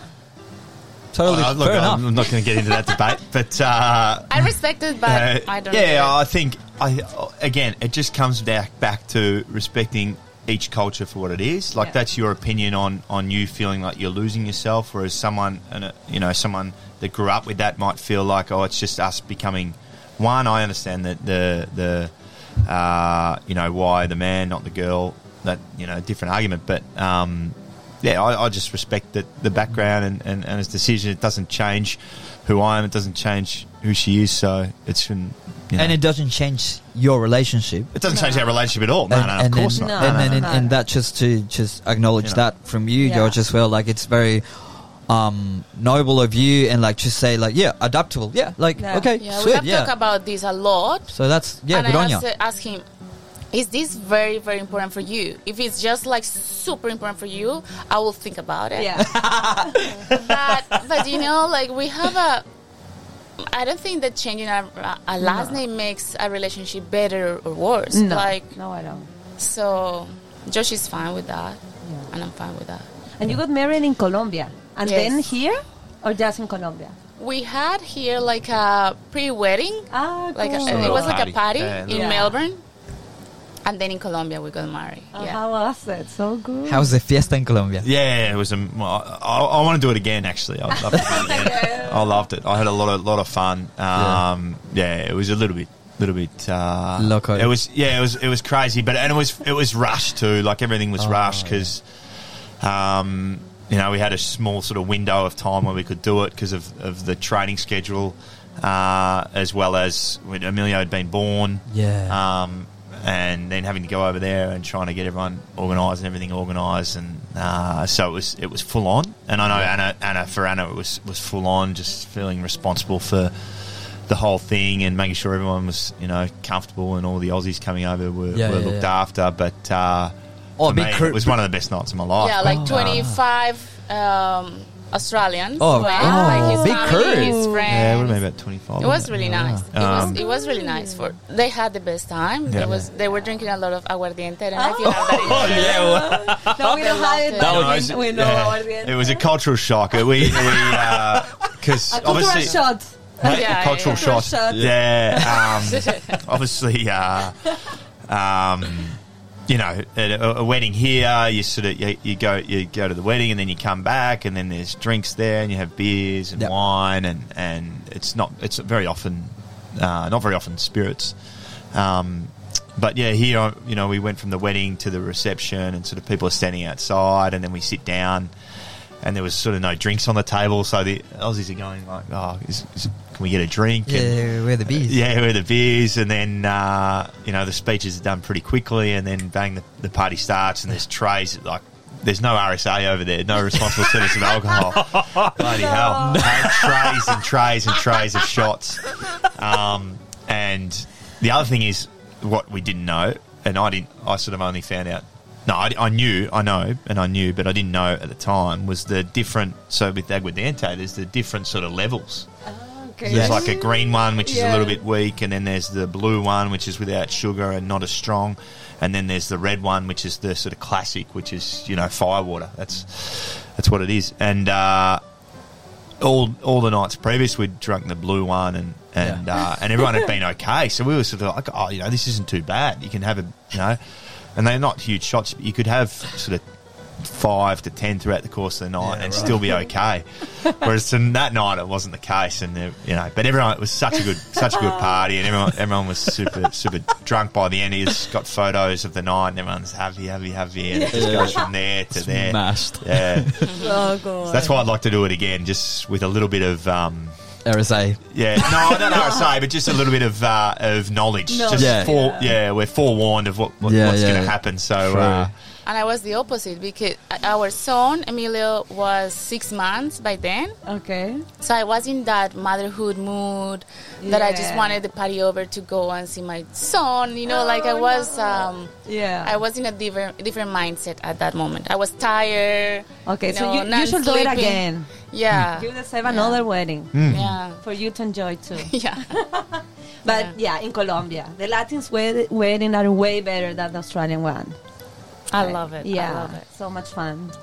totally. Uh, look, Fair enough. I'm, I'm not going to get into that debate, but uh, I respect it, but Uh, I don't. yeah, know. I think I again, it just comes back back to respecting each culture for what it is. Like Yeah. that's your opinion on on you feeling like you're losing yourself, whereas someone and uh, you know someone that grew up with that might feel like oh, it's just us becoming one. I understand that the the uh, you know why the man, not the girl. That you know, different argument, but um, yeah, I, I just respect the, the background and, and, and his decision. It doesn't change who I am. It doesn't change who she is. So it's been, you know, And it it, doesnip change your relationship. doesn't change our relationship at all. No, no, of course then, not. No, and, no, then- no, and, no. and that just to just acknowledge You know. that from you, Yeah. George, as well. Like it's very um noble of you, and like just say like yeah, adaptable. Yeah, like Yeah. okay, Yeah, we sweet. have Yeah. talked about this a lot. so that's yeah, and good I on you. asked, asked him, is this very, very important for you? If it's just like super important for you, I will think about it. Yeah. But, but you know, like we have a. I don't think that changing a, a last name makes a relationship better or worse. no. Like, no, I don't. so Josh is fine with that, and I'm fine with that. And you got married in Colombia, and Yes. then here, or just in Colombia? We had here like a pre-wedding Ah, like cool. it was like Party. a party Yeah, in yeah. Melbourne, and then in Colombia we got married. Oh, yeah. How was it? So good. How's the fiesta in Colombia? Yeah, it was. A, I, I, I want to do it again. Actually, I loved it. again. I loved it. I had a lot of lot of fun. Um, yeah. it was a little bit, little bit uh, Loco. It was yeah, it was it was crazy, but and it was it was rushed too. Like everything was rushed 'cause rushed because, um, you know, we had a small sort of window of time where we could do it because of of the training schedule, uh, as well as when Emilio had been born. Yeah. Um, and then having to go over there and trying to get everyone organised and everything organised, and uh, so it was it was full on. And I know Anna, Anna for Anna it was was full on, just feeling responsible for the whole thing and making sure everyone was you know comfortable and all the Aussies coming over were, Yeah, were yeah, looked yeah. after. But uh, Oh, for big me, crew- it was one of the best nights of my life. Yeah, like 25 um, Australians. Oh, went, oh, like his big family, crew. his Yeah, it would friends. have been about 25. it was wasn't really nice. It Um, was it was really nice for they had the best time. Yeah. It was they were drinking a lot of aguardiente and I feel that Oh, yeah. well- No, we don't have it. That but No, we- it was- we know yeah. our It was a cultural shock. We, we, because a cultural obviously, shot. Right, Yeah, a cultural yeah. Cultural shot. shot. Yeah. Um, obviously, uh, um, you know, at a, a wedding here, you sort of you, you go you go to the wedding and then you come back and then there's drinks there and you have beers and Yep. wine and and it's not it's very often uh, not very often spirits. Um, but yeah, here you know we went from the wedding to the reception, and sort of people are standing outside, and then we sit down, and there was sort of no drinks on the table, so the Aussies are going like, "Oh, is, is, can we get a drink?" Yeah, And- yeah, we're the bees. yeah, with the beers, and then uh, you know the speeches are done pretty quickly, and then bang, the, the party starts, and there's trays like there's no RSA over there, no responsible citizen alcohol. Bloody hell, And trays and trays and trays of shots. Um, and the other thing is what we didn't know, and I didn't. I sort of only found out. No, I, I knew, I know, and I knew, but I didn't know at the time was the different. So with Aguadente, there's the different sort of levels. Okay. There's like a green one, which is a Yeah. little bit weak, and then there's the blue one, which is without sugar and not as strong, and then there's the red one, which is the sort of classic, which is you know firewater. That's that's what it is. And uh, all all the nights previous, we'd drunk the blue one, and and uh, and everyone had been okay. So we were sort of like, oh, you know, this isn't too bad. You can have a you know, and they're not huge shots, but you could have sort of five to ten throughout the course of the night Yeah, and right. still be okay. Whereas to that night it wasn't the case, and uh, you know, but everyone it was such a good such a good party, and everyone everyone was super super drunk by the end. He's got photos of the night, and everyone's happy, happy, happy, and it just goes from there to there. Smashed. Yeah, Oh, God. that's why I'd like to do it again, just with a little bit of. Um, RSA. yeah, no, I don't know what to say, but just a little bit of uh, of knowledge. No. Just Yeah. fore, yeah, we're forewarned of what, what Yeah, what's yeah. going to happen. So uh, True. and I was the opposite because our son Emilio was six months by then, Okay. so I was in that motherhood mood that I just Yeah. wanted the party over to go and see my son. You know, like I was. Um, Yeah. I was in a different different mindset at that moment. I was tired. Okay, so know, you- you not should do it sleeping. again. Yeah. You deserve another wedding Mm. Yeah. for you to enjoy too. Yeah. But yeah, in Colombia, the Latins wed- wedding are way better than the Australian one. I love it. Yeah, I love it. so much fun. Oh,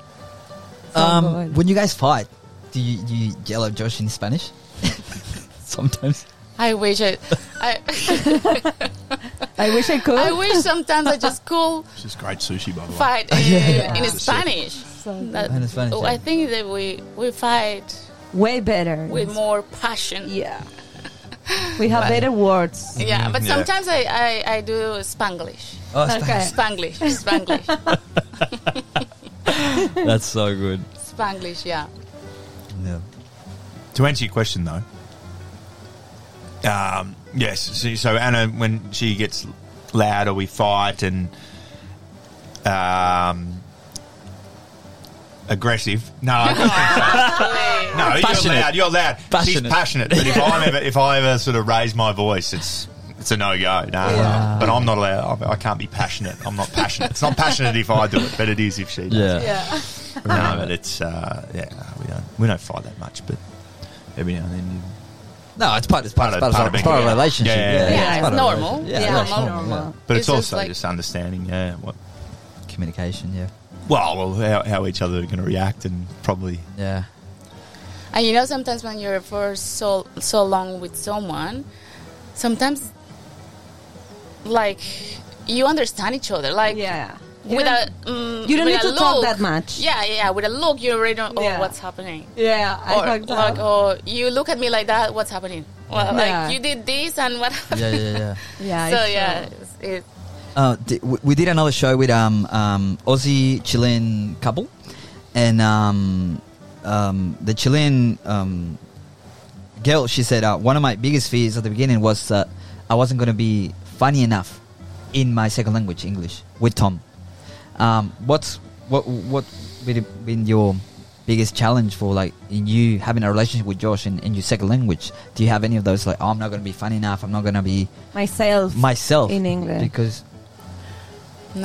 So Um, good. when you guys fight, do you, you yell at Josh in Spanish? Sometimes. I wish I, I, I wish I could. I wish sometimes I just could it's just great sushi, by the way. fight in, Yeah. in Yeah. Spanish. So That- In Spanish, oh, yeah. I think that we we fight way better. with more passion. Yeah, yeah, we have better words. Mm-hmm. but Yeah. sometimes I, I, I do Spanglish. Oh, Okay. Spanglish, Spanglish, Spanish. That's so good. Spanglish, yeah. Yeah. To answer your question, though, um, yes. So, so Anna, when she gets loud or we fight and um, aggressive, no, I don't think so. no, Passionate. you're loud. You're loud. Passionate. She's passionate. But if I ever, if I ever sort of raise my voice, it's. It's a no go, no. But I'm not allowed. I I can't be passionate. I'm not passionate. It's not passionate if I do it, but it is if she does. Yeah. Yeah, No, but it's uh, yeah. We don't we don't fight that much, but every now and then you No, it's part. It's part. It's part, of, being- part of a relationship. Yeah, yeah, yeah. part Yeah, it's of a normal. relationship. It's Yeah, it's normal. normal. yeah. But It's it's, just also like- just understanding, yeah. What, Communication. Yeah. well, well, how, how each other are going to react, and probably Yeah. And you know, sometimes when you're for so so long with someone, sometimes like you understand each other. Like yeah. You with don't- a mm, you don't with need a to talk look. that much. Yeah, yeah, yeah. With a look, you already know oh, Yeah. what's happening. yeah, I Or, fucked up. like, oh, you look at me like that. What's happening? Well, Yeah. like you did this and what happened? Yeah. Yeah. Yeah. yeah, so it's, yeah, uh, it's, it, Uh, di- we- we did another show with um, um, Aussie Chilean couple, and um, um, the Chilean um, girl. She said uh, one of my biggest fears at the beginning was that I wasn't going to be funny enough in my second language, English, with Tom. Um, what's what what would have been your biggest challenge for like in you having a relationship with Josh in, in your second language? Do you have any of those like oh, I'm not going to be funny enough, I'm not going to be myself. myself In English. because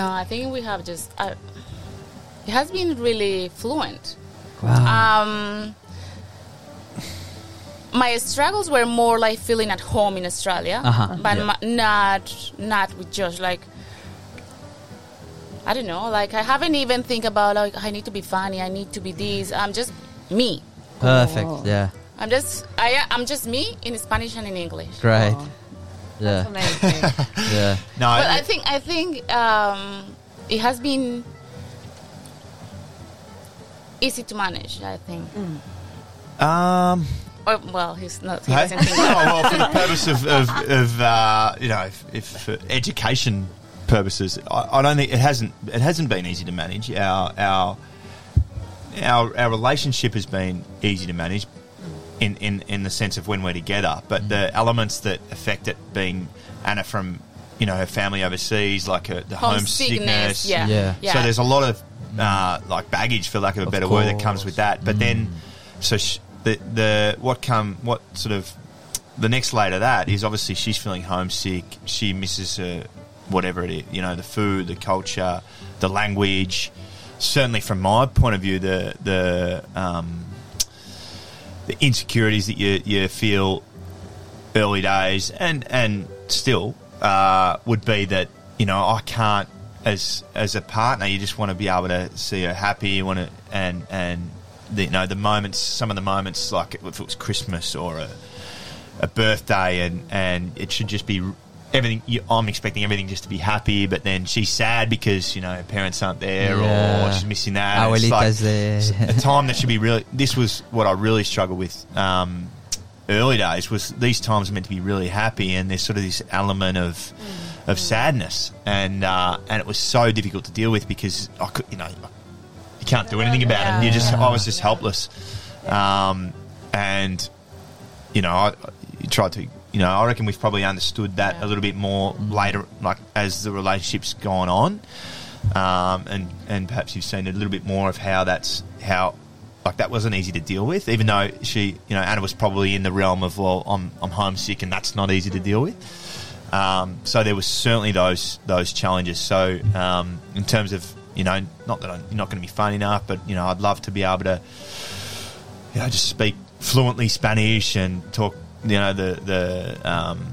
No, I think we have just. Uh, it has been really fluent. Wow. Um, my struggles were more like feeling at home in Australia, Uh-huh, but yeah. ma- not not with Josh. Like I don't know. Like I haven't even think about like I need to be funny. I need to be this. I'm just me. Perfect. Oh. Yeah. I'm just I I'm just me in Spanish and in English. Great. Oh, that's Yeah. amazing. Yeah. No, But I think I think um, it has been easy to manage. I think. Mm. um, Or, well, he's not. He hey? doesn't no, think well, for the purpose of, of, of uh, you know, if, if for education purposes, I, I don't think it hasn't it hasn't been easy to manage. Our our our, our relationship has been easy to manage in, in, in the sense of when we're together, but the elements that affect it being Anna from you know her family overseas, like her, the homesickness, homesickness. Yeah. Yeah. So there's a lot of uh, like baggage, for lack of a Of better word, that comes with that. But then, so sh- the the what come what sort of the next layer to that is obviously she's feeling homesick. She misses her whatever it is, you know, the food, the culture, the language. Certainly, from my point of view, the the um, the insecurities that you you feel early days and and still uh, would be that you know I can't as as a partner you just want to be able to see her happy you want to and and the, you know the moments some of the moments like if it was Christmas or a, a birthday and and it should just be everything you, I'm expecting everything just to be happy but then she's sad because you know her parents aren't there Yeah. or she's missing that and it's like- Abuelita's there. a time that should be really. This was what I really struggled with um, early days. Was these times are meant to be really happy, and there's sort of this element of of sadness, and uh, and it was so difficult to deal with because I could, you know, you can't do anything about it. You just, I was just helpless, um, and you know, I, I tried to. You know, I reckon we've probably understood that a little bit more later, like as the relationship's gone on um, and and perhaps you've seen a little bit more of how that's how like that wasn't easy to deal with, even though she you know Anna was probably in the realm of well I'm I'm homesick and that's not easy to deal with. Um, so there was certainly those those challenges. So um, in terms of you know not that I'm, you're not going to be fun enough, but you know I'd love to be able to you know just speak fluently Spanish and talk you know the the um,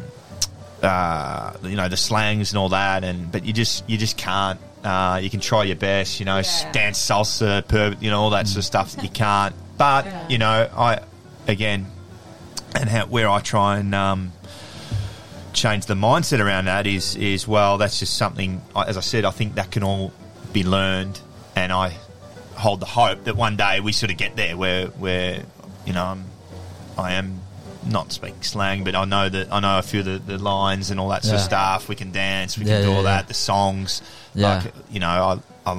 uh, you know the slangs and all that, and but you just you just can't. Uh, you can try your best, you know, s Yeah. dance salsa, per, you know, all that sort of stuff. that You can't, but Yeah. you know, I again, and how, where I try and um, change the mindset around that is is well, that's just something. I- As I said, I think that can all be learned, and I hold the hope that one day we sort of get there where where you know I'm I am not speaking slang, but I know that I know a few of the, the lines and all that sort of Yeah. stuff. We can dance, we Yeah, can do yeah, all yeah. that. The songs, Yeah. like you know, I I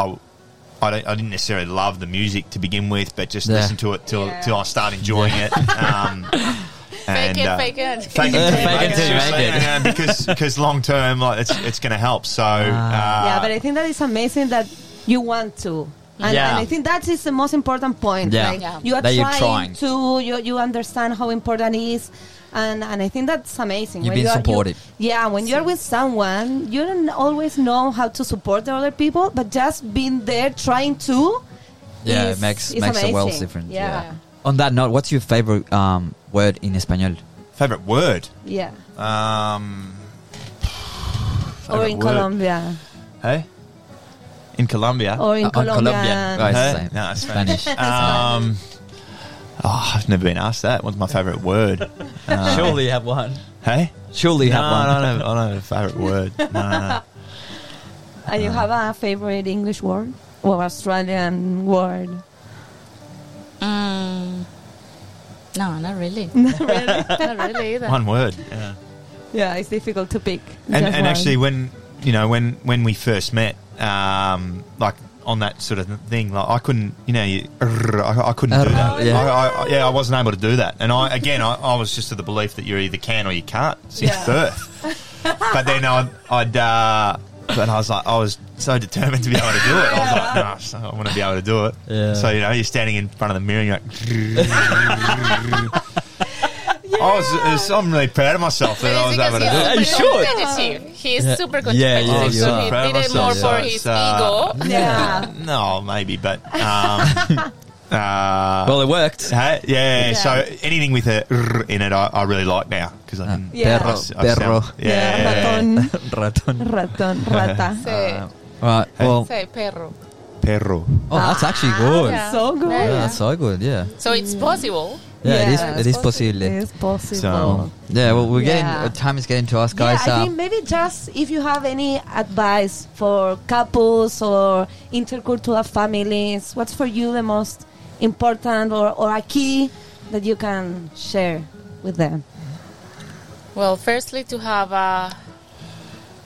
I, I, don't, I didn't necessarily love the music to begin with, but just Yeah. listen to it till Yeah. till I start enjoying it. Um, Fake and, it, uh, fake it. Fake it, Yeah, till you fake make it till you make seriously. it. And, uh, because because long term, like it's it's going to help. So uh, yeah, but I think that is amazing that you want to. And, Yeah. and I think that is the most important point. Yeah. Like, Yeah. You are That you're trying, trying. to, you, you understand how important it is. And, and I think that's amazing. You've When been you are- you- supportive. yeah, when you're with someone, you don't always know how to support the other people, but just being there trying to. Yeah, is- it makes is makes a world amazing. difference. Yeah. Yeah. Yeah. On that note, what's your favorite um, word in Espanol? favorite word, Yeah. um, Or Favorite in word. Colombia. hey, in Colombia Or in Uh, on Colombia. Right, Hey? same. No, it's Spanish. Uh, Um, oh, I've never been asked that. What's my favourite word? Uh, Surely have one. Hey? Surely No, have one. I don't have, I don't have a favourite word. No, no, no. And you have a favorite English word or Australian word? Mm. No, not really. Not really. not really either. One word. Yeah. Yeah, it's difficult to pick. and, just and one. actually when you know when when we first met um like on that sort of thing like i couldn't you know you, I, I couldn't do that Yeah. yeah. I, I, yeah i wasn't able to do that and i again I, I was just of the belief that you either can or you can't since Yeah. birth but then i'd, I'd uh but I was like, I was so determined to be able to do it. I was like, nah, so I want to be able to do it. Yeah. So you know, you're standing in front of the mirror, and you're like, you I was, it was- I'm really proud of myself that I was able to do it. You should. competitive. He's Yeah. super Yeah, competitive. yeah, you so are. he Proud of did it more myself. for So his it's, uh, ego. Yeah. No, maybe, but. Um, uh, Well, it worked. Hey, yeah, Yeah. so anything with a r in it, I, I really like now because I can. Ah. Yeah. I Uh, Perro, s- I perro. sound- yeah, yeah, yeah, yeah. Ratón, Raton. ratón, rata. Say, Right. Well. say perro. perro. Oh, that's actually good. Yeah. Yeah. Ah, So good. Yeah, yeah. that's so good. Yeah. So it's possible. Yeah, it is. Yeah, It is possible. It's possible. So- Yeah. Well, we're getting Yeah. uh, time is getting to us, guys. yeah, I uh, think maybe just if you have any advice for couples or intercultural families, what's for you the most important or, or a key that you can share with them? Well, firstly, to have uh,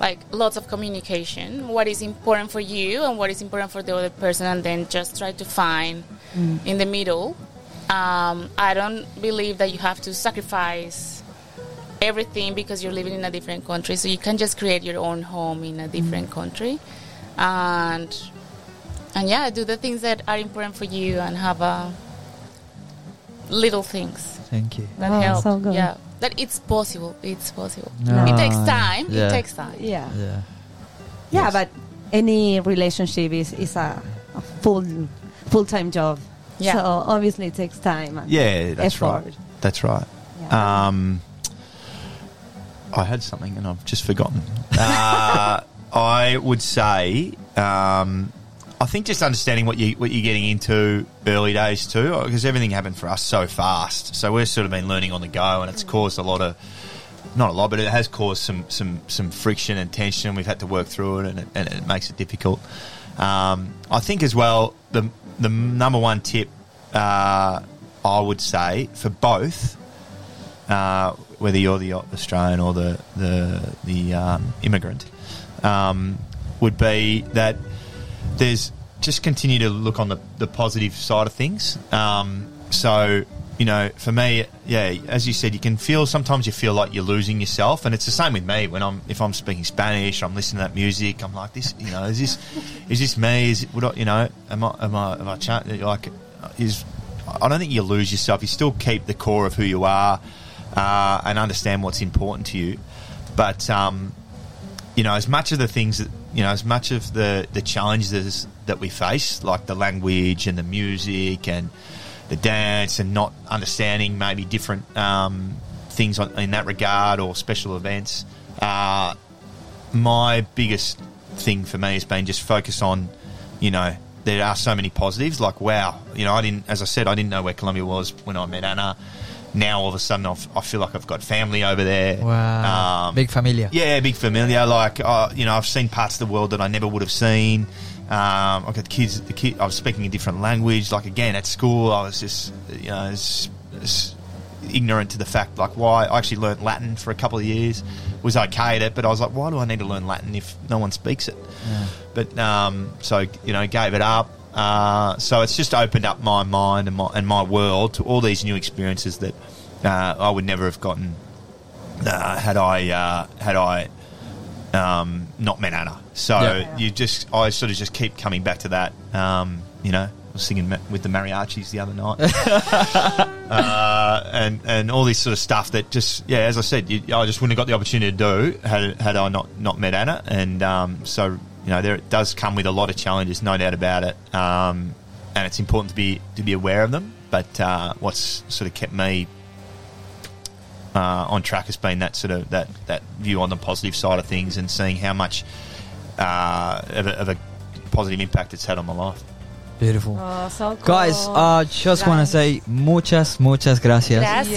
like lots of communication. What is important for you and what is important for the other person, and then just try to find in the middle. Um, I don't believe that you have to sacrifice everything because you're living in a different country. So you can just create your own home in a different country, and and yeah, do the things that are important for you and have uh, little things thank you. that Oh, helps. so good. Yeah, that it's possible. It's possible. No. It takes time. Yeah. It takes time. Yeah. Yeah. Yeah, but any relationship is, is a, a full full time job. Yeah. So obviously it takes time. and- Yeah, that's Effort. right. That's right. Yeah. Um, I had something and I've just forgotten. Uh, I would say, um, I think just understanding what you what you're getting into early days too, because everything happened for us so fast. So we've sort of been learning on the go, and it's caused a lot of not a lot, but it has caused some some some friction and tension. We've had to work through it, and it, and it makes it difficult. Um, I think as well the the number one tip uh, I would say for both, uh, whether you're the Australian or the the the um, immigrant, um, would be that there's just continue to look on the, the positive side of things. Um, so, you know, for me, yeah, as you said, you can feel sometimes you feel like you're losing yourself, and it's the same with me when I'm if I'm speaking Spanish, I'm listening to that music, I'm like this, you know, is this is this me? Is it, would I, you know, am I am I am I cha- like is I don't think you lose yourself. You still keep the core of who you are uh, and understand what's important to you, but. Um, you know, as much of the things that you know, as much of the the challenges that we face, like the language and the music and the dance, and not understanding maybe different um, things on, in that regard or special events. Uh, my biggest thing for me has been just focus on, you know, there are so many positives. Like, wow, you know, I didn't, as I said, I didn't know where Colombia was when I met Anna. Now all of a sudden, I've, I feel like I've got family over there. Wow. Um, Big familia. yeah, big familiar. Like uh, you know, I've seen parts of the world that I never would have seen. Um, I've got kids. The kid, I was speaking a different language. Like again, at school, I was just you know s- s- ignorant to the fact like why I actually learnt Latin for a couple of years. Was okay at it, but I was like, why do I need to learn Latin if no one speaks it? But um, so you know, gave it up. Uh, so it's just opened up my mind and my and my world to all these new experiences that uh, I would never have gotten uh, had I uh, had I um, not met Anna. So Yeah. you just I sort of just keep coming back to that. Um, you know, I was singing ma- with the mariachis the other night, uh, and and all this sort of stuff that just yeah, as I said, you, I just wouldn't have got the opportunity to do had had I not not met Anna. And um, so you know, there it does come with a lot of challenges, no doubt about it. Um, and it's important to be to be aware of them. But uh, what's sort of kept me uh, on track has been that sort of that that view on the positive side of things and seeing how much uh, of, a, of a positive impact it's had on my life. Beautiful. Oh, so cool. Guys, uh, just want to say muchas, muchas gracias. Gracias.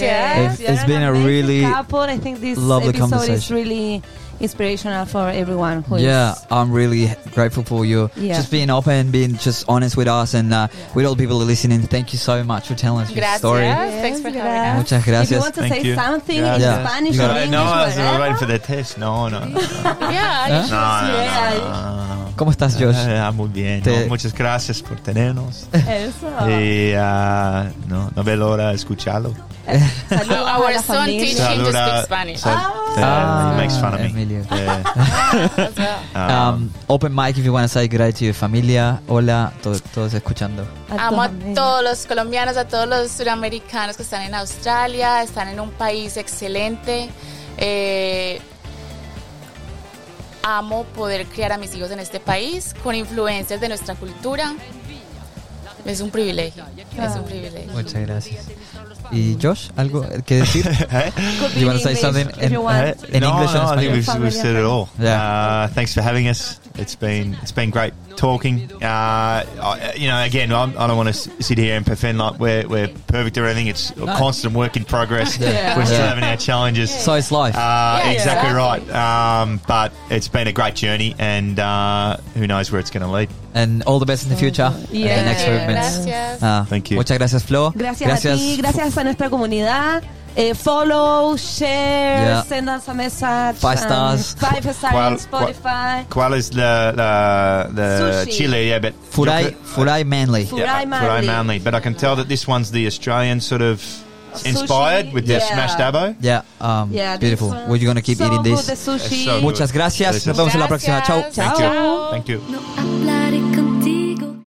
It's- Yes, you're it's an been a amazing really couple. I think this lovely episode is conversation. really inspirational for everyone who is Yeah, I'm really grateful for you Yeah. just being open, being just honest with us, and uh, with all the people listening. Thank you so much for telling us your Gracias. story. Thanks for having gracias. us. Muchas If you gracias. want to Thank say you. something in Yeah. Spanish You or got English, no, I was whatever, waiting for the test. No, no, no, no, no, no, Yeah. you should- no, no, Yeah. no, no. ¿Cómo estás, Josh? Ah, muy bien. Te- ¿no? Muchas gracias por tenernos. Eso. Y ah, no, no veo la hora de escucharlo. Saludos a Our la son familia. teacher- She just Saluda- speaks Spanish. sal- Ah. uh, he makes fun of me. Eh. Ah, Emilio. Yeah. Ah, Um, open mic if you want to say good day to your familia. Hola, to- todos escuchando. A tu Amo a familia. todos los colombianos, a todos los suramericanos que están en Australia, están en un país excelente. Eh, amo poder criar a mis hijos en este país con influencias de nuestra cultura. Es un privilegio, es un privilegio. Muchas gracias. ¿Y Josh, algo que decir? Could be You wanna in say English something if in- you Uh, want. In no, English and no, I think Spanish. we've, we've said it all. Yeah. Uh, thanks for having us. It's been it's been great talking. Uh, I, you know, again, I'm, I don't want to sit here and pretend like we're, we're perfect or anything. It's a constant work in progress. Yeah. We're still Yeah. having our challenges. so it's life. Uh, Yeah, exactly exactly. right. Um, but it's been a great journey, and uh, who knows where it's going to lead. and all the best in the future. Yeah. and the next Eh, movements. gracias. Ah, Thank you. Muchas gracias, Flo. Gracias, a ti, gracias a nuestra comunidad. Eh, follow, share, Yeah. send us a message. Five um, stars. Five stars Cual- on Spotify. Koala's the the, the Sushi. chili, yeah, but Furai, chocolate- Furai Manly. Fu- yeah, Furai Furai Manly. Manly. But I can tell that this one's the Australian sort of Sushi, inspired with the yeah. smashed abo. Yeah, um, Yeah, beautiful. this one. We're gonna keep So eating good, this. the sushi. It's so good. Muchas gracias. Delicious. Nos vemos en la próxima. Chao. Gracias. Thank you. Chao. Thank you. No hablaré